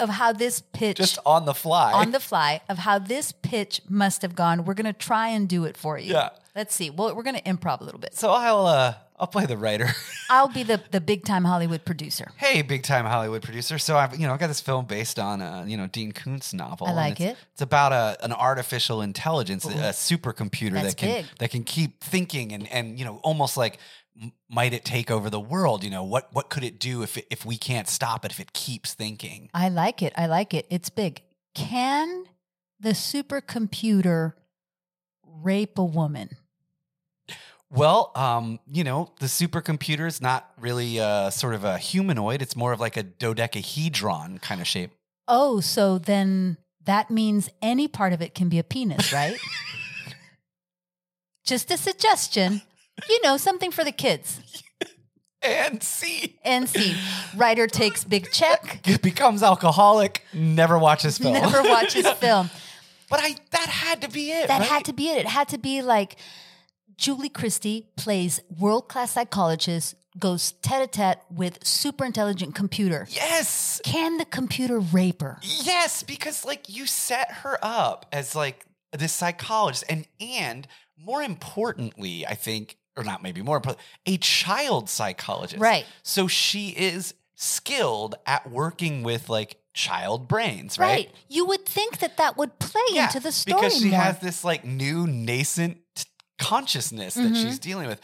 of how this pitch
just on the fly.
on the fly of how this pitch must have gone. We're gonna try and do it for you.
Yeah.
Let's see. Well, we're gonna improv a little bit.
so I'll uh, I'll play the writer. <laughs>
I'll be the the big time Hollywood producer.
hey, big time Hollywood producer. So I've you know I got this film based on a you know Dean Koontz novel.
I
and
like
it's-
it.
It's about a an artificial intelligence, a a supercomputer
That's
that can
big.
that can keep thinking and and you know almost like. m- Might it take over the world? You know what? What could it do if it, if we can't stop it? If it keeps thinking,
I like it. I like it. It's big. Can the supercomputer rape a woman?
well, um, you know, the supercomputer is not really uh, sort of a humanoid. It's more of like a dodecahedron kind of shape.
Oh, so then that means any part of it can be a penis, right? Just a suggestion. You know, something for the kids.
And see,
And see, writer takes big
<laughs>
check,
becomes alcoholic, never watches film. <laughs>
never watches film.
but I that had to be it.
That
right?
had to be it. It had to be like Julie Christie plays world class psychologist, goes tete a tete with super intelligent computer.
Yes.
Can the computer rape her?
Yes, because like you set her up as like this psychologist and and more importantly, I think or not maybe more important, a child psychologist.
Right.
So she is skilled at working with like child brains, right?
You would think that that would play into the story
because she
more.
has this like new nascent consciousness that
Mhm.
she's dealing with.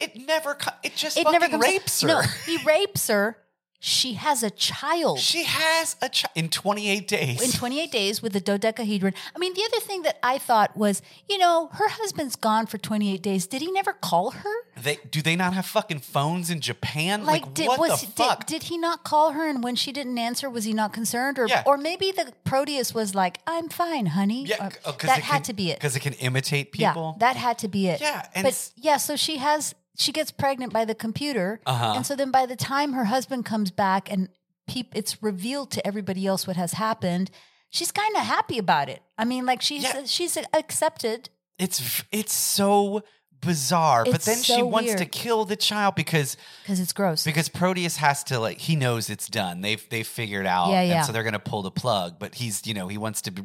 It never, co- it just
it
fucking
never comes
rapes her. <laughs>
No, he rapes her. She has a child.
She has a child in 28 days.
in 28 days with the dodecahedron. I mean, the other thing that I thought was, you know, her husband's gone for 28 days. Did he never call her?
they do they not have fucking phones in Japan? Like,
did,
what
was
the
did,
fuck?
did he not call her? And when she didn't answer, was he not concerned? Or
Yeah.
or maybe the Proteus was like, "I'm fine, honey."
yeah,
Or-
c- oh, 'cause
that
it
had
can-
to be it.
because it can imitate
Yeah,
people.
that had to be it.
Yeah, and
but
s-
yeah, so she has she gets pregnant by the computer,
Uh-huh.
and so then by the time her husband comes back and peep, it's revealed to everybody else what has happened. She's kind of happy about it. I mean, like she's
Yeah.
she's accepted.
it's v- it's so bizarre. but
It's
then she
so
wants to
weird.
kill the child because
Because it's gross.
because Proteus has to like he knows it's done. They've they figured out,
Yeah, yeah.
and so they're gonna pull the plug. But he's you know he wants to be,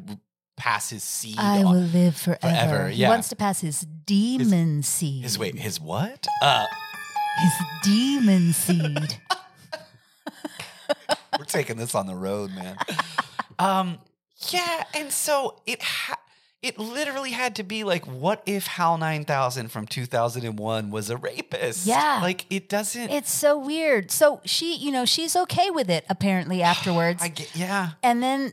pass his seed.
I
on.
will live forever.
Forever,
He
yeah.
wants to pass his demon seed.
His wait, his what? Uh,
His demon
<laughs>
seed.
we're taking this on the road, man. Um, yeah, and so it ha- it literally had to be like, what if Hal Nine Thousand from two thousand and one was a rapist?
Yeah.
like it doesn't.
it's so weird. So she, you know, she's okay with it apparently afterwards.
<sighs> I get, yeah,
and then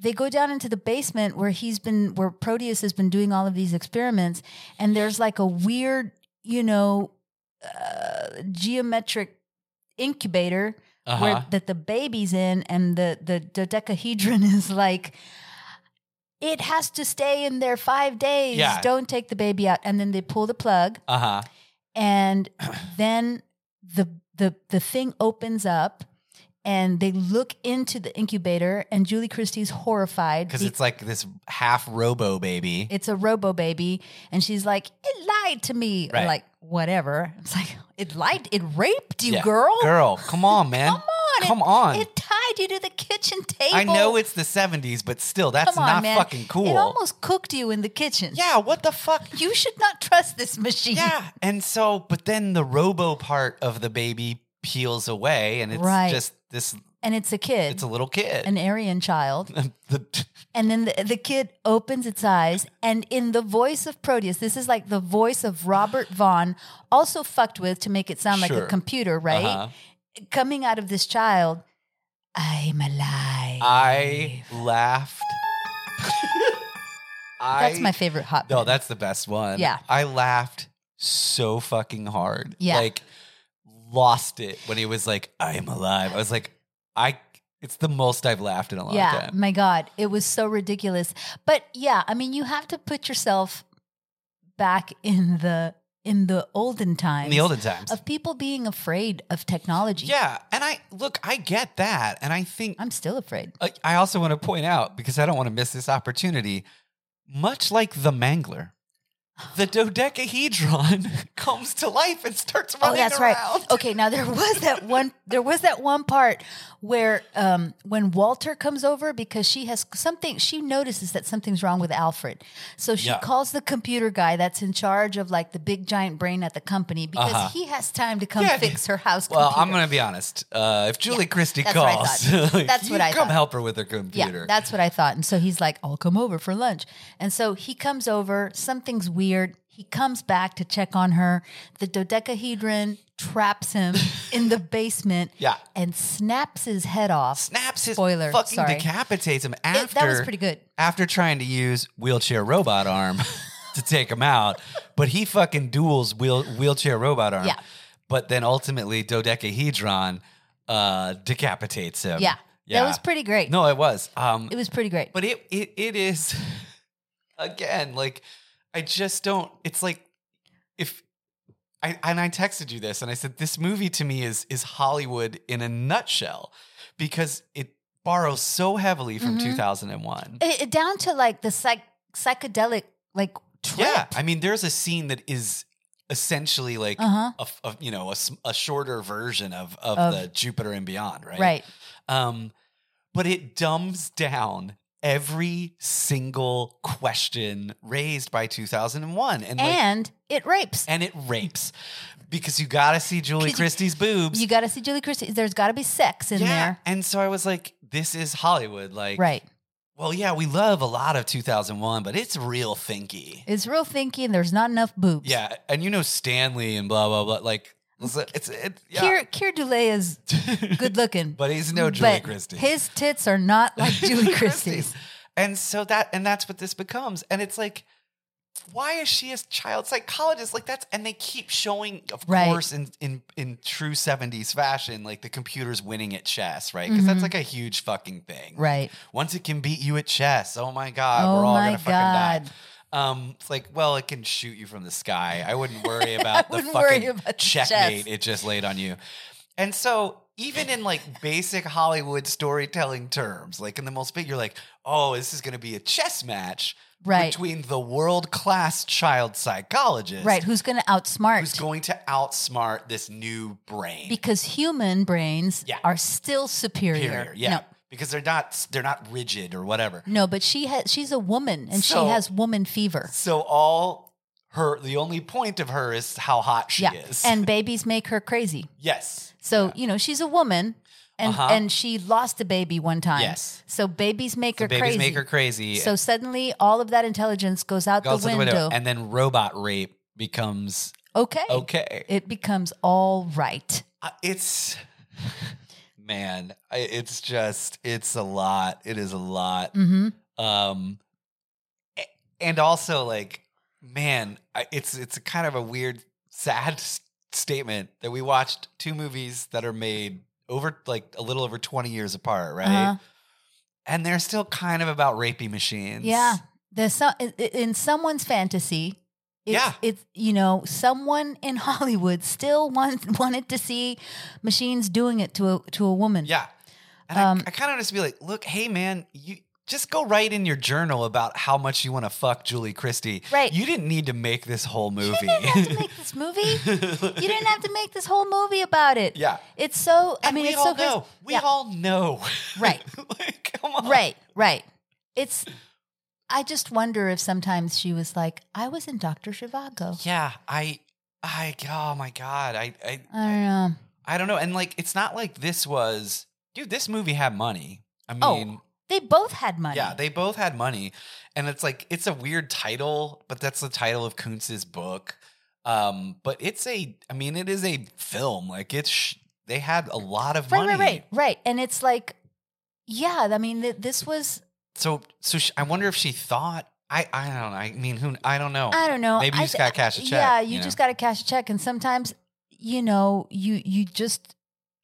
they go down into the basement where he's been where proteus has been doing all of these experiments and there's like a weird you know uh, geometric incubator
uh-huh.
where that the baby's in and the the dodecahedron <laughs> is like it has to stay in there five days
Yeah.
don't take the baby out and then they pull the plug
uh huh. <clears throat>
and then the the the thing opens up and they look into the incubator and Julie Christie's horrified
Because
be-
it's like this half robo baby.
it's a robo baby and she's like it lied to me
Right.
or like whatever it's like it lied it raped you
Yeah.
girl
Girl, come on, man.
come on
Come
it,
on.
it tied you to the kitchen table
I know it's the 70s, but still, that's
Come on,
not
man.
fucking cool.
it almost cooked you in the kitchen
yeah, what the fuck?
you should not trust this machine <laughs>
Yeah. And so, but then the robo part of the baby peels away, and it's
Right.
just this
and it's a kid
it's a little kid.
an Aryan child
<laughs> The-
And then the, the kid opens its eyes, and in the voice of Proteus, this is like the voice of Robert Vaughn, also fucked with to make it sound like
Sure.
a computer, right?
Uh-huh.
Coming out of this child, I'm alive.
I laughed.
<laughs>
I,
That's my favorite hot.
No,
bit.
that's the best one.
Yeah.
I laughed so fucking hard.
Yeah.
Like lost it when he was like, I am alive. I was like, I it's the most I've laughed in a long
yeah,
time.
my God, it was so ridiculous. But yeah, I mean, you have to put yourself back in the in the olden times
In the olden times.
of people being afraid of technology.
yeah. And I look, I get that. And I think
I'm still afraid.
I, Uh, I also want to point out, because I don't want to miss this opportunity, much like the mangler.
<gasps>
The dodecahedron <laughs> comes to life and starts running
Oh, that's
around. <laughs>
right. Okay, now there was that one. There was that one part where um, when Walter comes over because she has something, she notices that something's wrong with Alfred, so she
Yeah.
calls the computer guy that's in charge of like the big giant brain at the company because
Uh-huh.
he has time to come
Yeah.
fix her house.
Well, I'm
computer.
going to be honest. Uh, if Julie Christie
that's what I
calls, <laughs>
thought.
like,
That's
you
what I
come
thought.
help her with her computer.
Yeah, that's what I thought. And so he's like, I'll come over for lunch. And so he comes over, something's weird. He comes back to check on her. The dodecahedron traps
<laughs>
him in the basement
Yeah.
and snaps his head off.
snaps his
Spoiler,
fucking
sorry.
decapitates him
It-
after
that was pretty good.
after trying to use wheelchair robot arm <laughs> to take him out, but he fucking duels wheel, wheelchair robot arm.
Yeah.
But then ultimately dodecahedron uh, decapitates him.
Yeah. That was pretty great.
No, it was. Um,
It was pretty great.
but it it it is <laughs> again like I just don't. It's like if I and I texted you this and I said this movie to me is is Hollywood in a nutshell because it borrows so heavily from
Mhm.
2001.
It- it- down to like the psych- psychedelic like trip.
yeah, I mean, there's a scene that is essentially like
Uh huh.
a, f- a- you know a, s- a shorter version of, of
Of-
the Jupiter and Beyond, right?
Right.
Um, but it dumbs down every single question raised by 2001, and like,
And it rapes.
and it rapes because you got to see
'Cause
Julie
you-
Christie's boobs.
You got to see Julie Christie. There's got to be sex in there.
and so I was like, this is Hollywood, like
Right.
Well, yeah, we love a lot of 2001, but it's real thinky.
It's real thinking. There's not enough boobs.
Yeah, and you know Stanley and blah blah blah. Like it's it's, it's yeah.
Kier, Kier Dulé is
<laughs>
good looking.
but he's no Julie
but
Christie.
His tits are
<laughs>
not like Julie
Christie's.
Christie's.
And so that and that's what this becomes. And it's like why is she a child psychologist? Like that's and they keep showing, of
Right.
course, in, in in true 70s fashion, like the computer's winning at chess, right? Because
Mhm.
that's like a huge fucking thing.
right.
Once it can beat you at chess, oh my god,
oh
we're all
my
gonna fucking die.
God.
Um, it's like, well, it can shoot you from the sky.
<laughs>
I wouldn't worry about the
wouldn't worry
fucking
about the
checkmate
chess.
it just laid on you. And so, even in like basic Hollywood storytelling terms, like in the most big, you're like, oh, this is going to be a chess match
Right.
between the world class child psychologist
Right. Who's going to outsmart?
who's going to outsmart this new brain.
because human brains
Yeah.
are still superior.
Period. Yeah. Because they're not they're not rigid or whatever.
No, no, but she has. She's a woman, and
So-
she has woman fever.
So all her the only point of her is how hot she
yeah,
is.
and babies make her crazy.
yes.
So you know she's a woman, and
Uh-huh.
and she lost a baby one time.
Yes.
So babies make her
babies
crazy.
make her crazy.
So suddenly all of that intelligence goes out
goes
the
to
window.
and then robot rape becomes
okay.
okay.
It becomes all right.
Uh, it's <laughs> man, I- it's just it's a lot. It is a lot.
Mm-hmm.
Um, a- and also like man, I- it's it's a kind of a weird, sad s- statement that we watched two movies that are made over like a little over twenty years apart, right?
Uh-huh.
And they're still kind of about rapey machines.
Yeah. There's some i- i- in someone's fantasy. It's,
Yeah.
it's you know someone in <laughs> Hollywood still want, wanted to see machines doing it to a to a woman.
Yeah. And
Um,
I, I kind of just be like, look, hey, man, you just go write in your journal about how much you want to fuck Julie Christie.
Right.
You didn't need to make this whole movie.
You didn't have to make this movie. you
<laughs>
didn't have to make this whole movie about it.
Yeah.
It's so. I
And
mean,
we
it's
all
so crazy.
know. We
Yeah.
all know. <laughs>
Right.
like, come on.
Right. Right. It's. I just wonder if sometimes she was like, I was in Doctor Zhivago.
Yeah. I, I, oh my God. I, I,
I don't know.
I don't know. And like, it's not like this was, dude, this movie had money. I
Oh,
mean,
They both had money.
Yeah, they both had money, and it's like it's a weird title, but that's the title of Kuntz's book. Um, but it's a, I mean, it is a film. Like it's, sh- they had a lot of
right.
money.
Right. Right. Right. And it's like, yeah. I mean, th- this was.
So, so sh I wonder if she thought. I, I don't know. I mean, who? I don't know.
I don't know.
Maybe you
I
just
th-
gotta cash a check.
Yeah, you, just got to cash a check, and sometimes, you know, you you just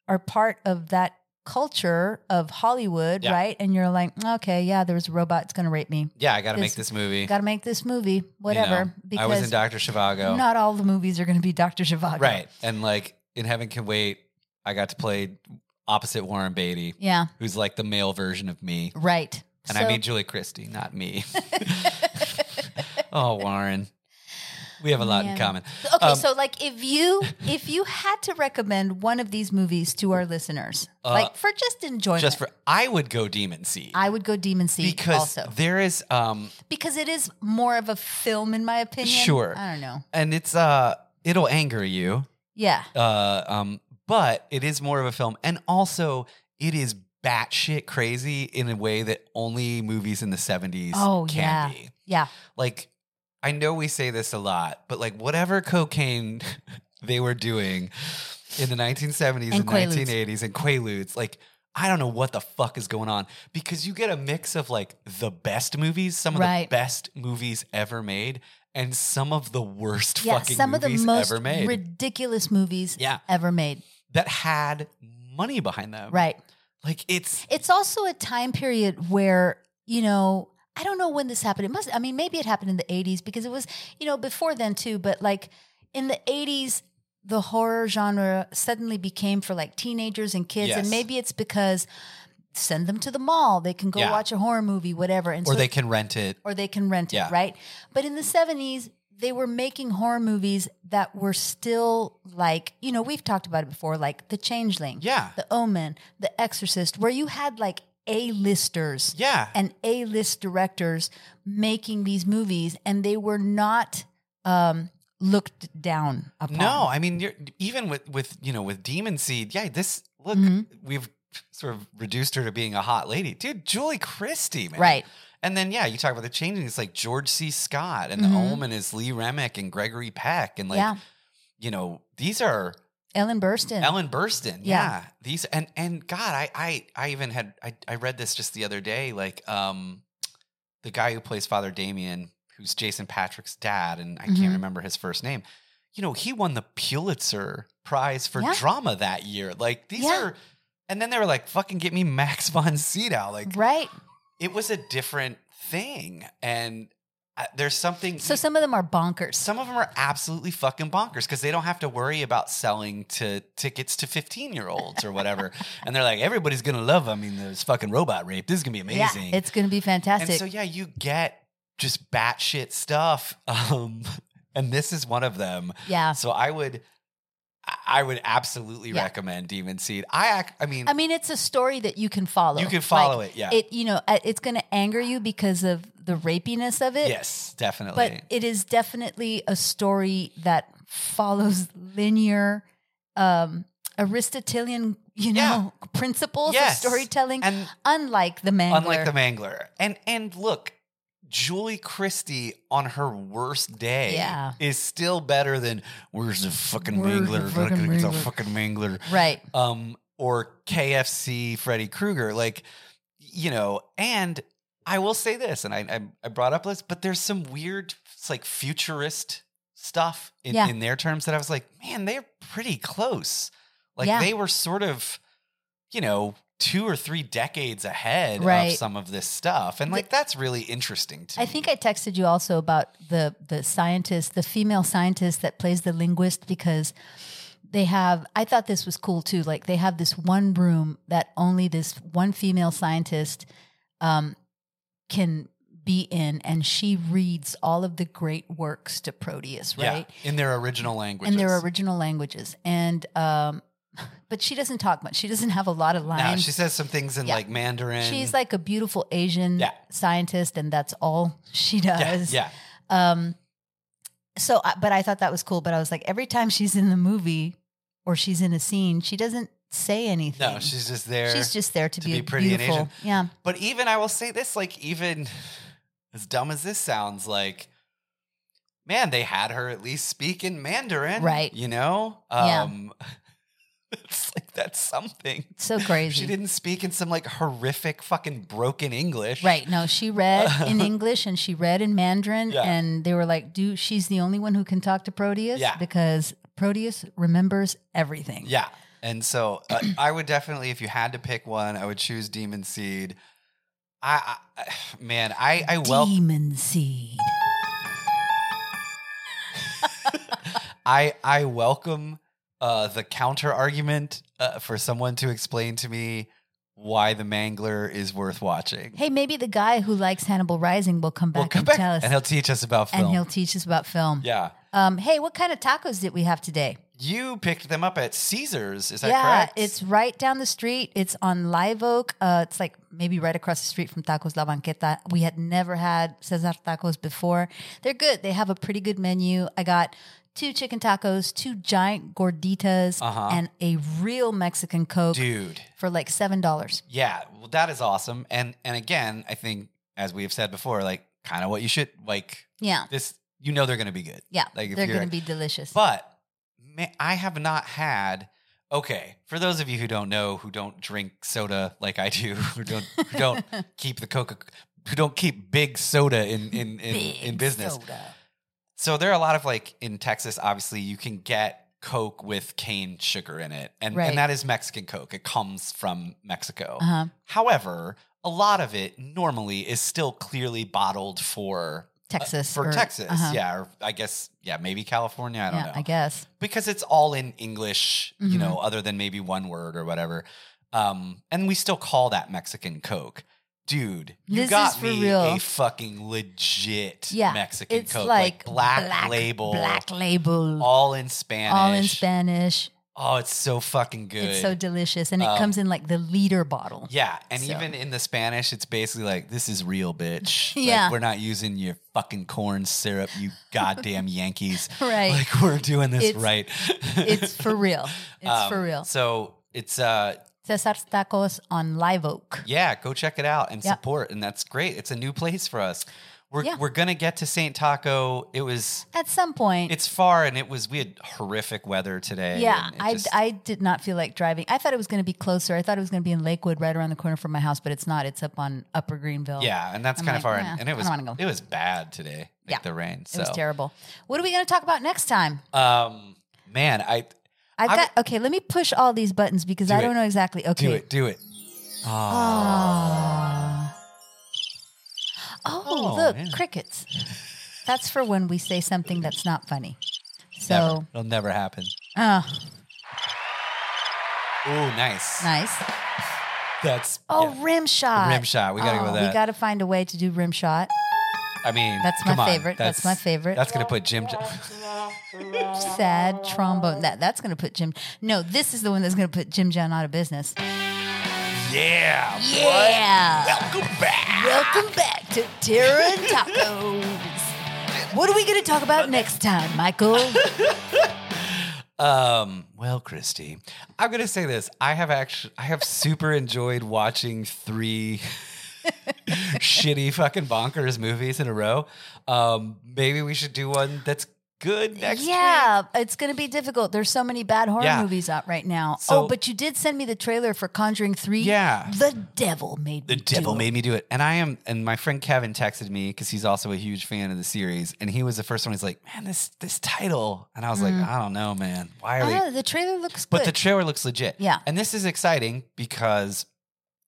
are part of that culture of Hollywood,
Yeah.
right? And you're like, okay, yeah, there's a robot that's going to rape me.
know. yeah. I got to make
this-
this movie.
Got to make this movie,
you know.
whatever, because
I was in Doctor Shivago.
not all the movies are going to be Doctor Zhivago,
right, and like in Heaven Can Wait, I got to play opposite Warren Beatty,
Yeah,
who's like the male version of me.
right.
And I mean Julie Christie, not me.
<laughs>
oh, Warren. We have a lot
Man.
in common.
<laughs> okay,
um,
so like if you if you had to recommend one of these movies to our listeners,
Uh,
like for just enjoyment,
Just for I would go Demon Seed.
I would go Demon Seed
because
also.
there is um
because it is more of a film in my opinion.
Sure.
I don't know.
and it's uh it'll anger you.
Yeah.
Uh um but it is more of a film and also it is batshit crazy in a way that only movies in the 70s
Oh,
can
yeah.
be.
Yeah.
Like I know we say this a lot, but like whatever cocaine <laughs> they were doing in the 1970s and,
And Quaaludes.
1980s and Quaaludes, like I don't know what the fuck is going on because you get a mix of like the best movies, some of
Right.
the best movies ever made, and some of the worst
Yeah.
fucking
Some of the
movies
most
ever made.
ridiculous movies
yeah,
ever made.
that had money behind them.
Right.
Like it's
It's also a time period where, you know, I don't know when this happened. It must, I mean, maybe it happened in the 80s because it was, you know, before then too, but like in the 80s, the horror genre suddenly became for like teenagers and kids. And
Yes.
maybe it's because send them to the mall, they can go
Yeah.
watch a horror movie, whatever. And
or
so
they can rent it.
or they can rent
Yeah.
it, right? But in the 70s, they were making horror movies that were still like, you know, we've talked about it before, like The Changeling,
Yeah.
The Omen, The Exorcist, where you had like A-listers
Yeah.
and A-list directors making these movies, and they were not um, looked down upon.
No, I mean, you're, even with with you know with Demon Seed, yeah. This look,
Mhm.
we've sort of reduced her to being a hot lady, dude. Julie Christie, man.
right?
And then yeah, you talk about the changing. It's like George C. Scott and The
Mhm.
Omen is Lee Remick and Gregory Peck, and like
yeah,
you know these are
Ellen Burstyn.
Ellen Burstyn. Yeah.
Yeah.
These and and God, I I I even had I I read this just the other day. Like um, the guy who plays Father Damien, who's Jason Patrick's dad, and I can't
Mhm.
remember his first name. You know, he won the Pulitzer Prize for
Yeah.
drama that year. Like these
Yeah.
are, and then they were like, "Fucking get me Max von Sydow." Like
right.
it was a different thing, and I, there's something.
So some of them are bonkers.
Some of them are absolutely fucking bonkers because they don't have to worry about selling to tickets to 15 year olds
<laughs>
or whatever. and they're like, everybody's going to love, I mean, there's fucking robot rape. This is going to be amazing.
Yeah, it's going to be
and
fantastic.
so, yeah, you get just batshit stuff. <laughs> Um, and this is one of them.
yeah.
So I would, I- I would absolutely
Yeah.
recommend Demon Seed. I, ac- I mean,
I mean, it's a story that you can follow.
you can follow it. Yeah.
It, you know, uh, it's going to anger you because of the rapiness of it.
yes, definitely.
But it is definitely a story that follows linear um, Aristotelian, you
Yeah.
know, principles
Yes.
of storytelling,
and
unlike the Mangler.
Unlike the Mangler. And and look, Julie Christie on her worst day
Yeah.
is still better than where's the fucking
Where's the
Mangler?
fucking
Look, it's a
Mangler."
fucking Mangler.
Right.
Um or KFC Freddy Krueger. Like, you know, and I will say this, and I I, I brought up this, but there's some weird it's like futurist stuff in,
Yeah.
in their terms that I was like, man, they're pretty close. Like
Yeah.
they were sort of, you know, two or three decades ahead of
Right.
some of this stuff. And like that's really interesting to
I
me.
think I texted you also about the the scientist, the female scientist that plays the linguist because they have I thought this was cool too. Like they have this one room that only this one female scientist um, can be in and she reads all of the great works to Proteus,
Yeah,
right?
in their original languages.
In their original languages. And um but she doesn't talk much. She doesn't have a lot of
now,
lines.
she says some things in
Yeah.
like Mandarin.
She's like a beautiful Asian
Yeah.
scientist, and that's all she does.
Yeah.
Um, so, I- but I thought that was cool. But I was like, every time she's in the movie or she's in a scene, she doesn't say anything.
yeah. No, she's just there.
she's just there to,
to
be,
be pretty and
beautiful.
Asian.
Yeah,
But even I will say this, like even <laughs> as dumb as this sounds, like man, they had her at least speak in Mandarin,
Right.
You know, Um,
Yeah.
<laughs> it's like that's something.
it's so
<laughs> She
crazy.
didn't speak in some like horrific fucking broken English,
Right. No, she
<laughs>
read in English and she read in Mandarin,
Yeah.
and they were like, "Do she's the only one who can talk to Proteus
Yeah.
because Proteus remembers everything."
Yeah. And so uh, <clears throat> I would definitely, if you had to pick one, I would choose Demon Seed. I, I <sighs> man, I I wel-
Demon seed.
I I welcome uh, the counter argument uh, for someone to explain to me why the Mangler is worth watching.
Hey, maybe the guy who likes Hannibal Rising will come back
Well, come
and
back,
tell us,
and he'll teach us about film.
and he'll teach us about film.
yeah,
Um, hey, what kind of tacos did we have today?
you picked them up at Caesar's. Is that
yeah,
correct?
it's right down the street. It's on Live Oak. Uh, it's like maybe right across the street from Tacos La Banqueta. We had never had Cesar tacos before. They're good. They have a pretty good menu. I got two chicken tacos, two giant gorditas,
Uh-huh.
and a real Mexican Coke
dude.
for like seven dollars.
Yeah, well, that is awesome. And and again, I think as we have said before, like kind of what you should like
Yeah,
this. You know they're going to be good.
yeah,
Like if
they're
you're
going to be delicious.
But ma- I have not had. Okay, for those of you who don't know, who don't drink soda like I do, <laughs> who don't who don't
<laughs>
keep the Coca, who don't keep big soda in in in, in
Big
business.
soda.
So there are a lot of like in Texas, obviously, you can get Coke with cane sugar in it, and
Right.
and that is Mexican Coke. It comes from Mexico.
Uh-huh.
However, a lot of it normally is still clearly bottled for
Texas
for
or-
Texas,
uh-huh.
yeah, or I guess yeah, maybe California. I don't
yeah,
know
I guess.
because it's all in English, you
Mhm.
know, other than maybe one word or whatever. Um, and we still call that Mexican Coke. dude, you
This
got
is for
me
real.
a fucking legit
Yeah,
Mexican
it's
Coke,
like,
black, label,
black label, all,
all in Spanish.
in Spanish.
Oh, it's so fucking good.
It's so delicious, and it
Um,
comes in like the liter bottle.
yeah, and
So.
even in the Spanish, it's basically like, "This is
<laughs>
real, bitch. Like,
Yeah.
we're not using your fucking corn syrup,
<laughs>
you goddamn Yankees.
Right.
Like, <laughs> we're doing this
It's-
right. <laughs>
it's for real. It's
Um,
for real.
So it's uh,
Cesar's Tacos on Live Oak.
yeah, go check it out and
Yeah.
support, and that's great. It's a new place for us. We're
Yeah.
we're gonna get to Saint Taco. It was
At some point,
it's far, and it was we had horrific weather today.
yeah,
and it
I,
just-
I did not feel like driving. I thought it was going to be closer. I thought it was going to be in Lakewood, right around the corner from my house, but it's not. It's up on Upper Greenville.
yeah, and that's
I'm
kind
like,
of far,
"Nah,
and, and it
I
was
don't wanna go."
it was bad today. Like
Yeah.
the rain.
it
So
was terrible. What are we going to talk about next time?
um, man, I
I've
I'm-
got okay. Let me push all these buttons because
Do
I
it.
don't know exactly. Okay.
do it, do it. Oh,
Ah. Oh,
Oh,
look,
yeah.
crickets. That's for when we say something that's not funny.
never.
So,
it'll never happen.
ah,
Oh, nice.
nice.
That's
Oh,
yeah.
rim shot. Oh,
Rim shot. We gotta go with
We
that.
got to find a way to do rim shot.
I mean,
That's my
come on,
favorite. That's my favorite.
That's gonna put Jim. Jo-
Sad trombone. That that's going to put Jim. No, this is the one that's going to put Jim John out of business.
yeah. boy.
Yeah.
Welcome back.
Welcome back to Terra Tacos. What are we going to talk about next time, Michael?
Um, well, Christy, I'm gonna say this. I have actually, I have super enjoyed watching three <laughs> shitty fucking bonkers movies in a row. Um, maybe we should do one that's good next. week.
yeah, it's going to be difficult. There's so many bad horror
Yeah.
movies out right now.
So-
oh, but you did send me the trailer for Conjuring 3.
Yeah.
The devil made
The
me
devil
do it.
made me do it. And I am, and my friend Kevin texted me because he's also a huge fan of the series. And he was the first one. He's like, man, this this title. And I was
Mm.
like, I don't know, man. Why are we?
Ah, the trailer looks
But
good.
the trailer looks legit.
Yeah.
And this is exciting because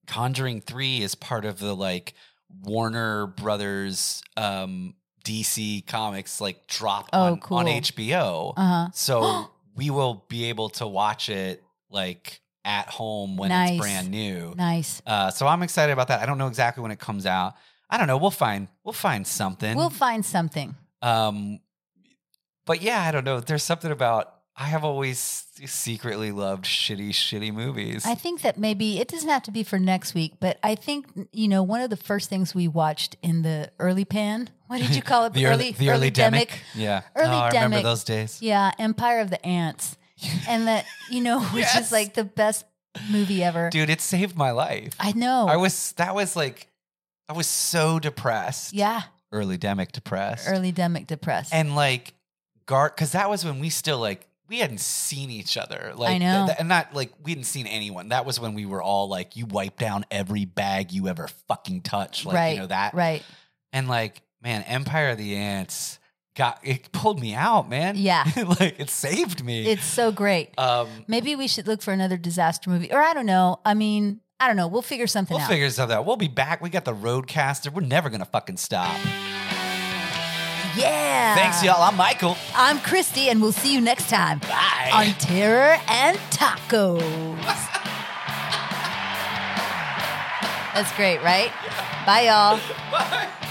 Conjuring 3 is part of the like Warner Brothers um DC Comics like drop
Oh,
on,
cool.
on HBO.
uh-huh. <gasps>
So we will be able to watch it like at home when
Nice.
it's brand new.
Nice.
Uh, so I'm excited about that. I don't know exactly when it comes out. I don't know. We'll find we'll find something.
We'll find something.
Um, but yeah, I don't know. There's something about I have always secretly loved shitty, shitty movies.
I think that maybe it doesn't have to be for next week, but I think you know one of the first things we watched in the early pan. What did you call it?
<laughs> the early, the early, demic. Yeah,
Early
oh, I remember
demic.
those days.
Yeah, Empire of the Ants, and that you know, <laughs> which
Yes.
is like the best movie ever.
Dude, it saved my life.
I know.
I was that was like I was so depressed.
yeah,
early demic depressed.
early demic depressed.
and like Gar, because that was when we still like we hadn't seen each other. Like, th-
know.
th- and not like we hadn't seen anyone. That was when we were all like, you wipe down every bag you ever fucking touch. Like,
right.
you know that.
Right.
And like, man, Empire of the Ants got it pulled me out, man.
Yeah.
<laughs> like it saved me.
It's so great.
um,
Maybe we should look for another disaster movie, or I don't know. I mean, I don't know. We'll figure something
we'll
out.
figure something out. We'll be back. We got the roadcaster. We're never gonna fucking stop.
yeah.
Thanks, y'all. I'm Michael.
I'm Christy, and we'll see you next time.
Bye.
on terror and
<laughs>
tacos. That's great, right? Bye, y'all.
Bye.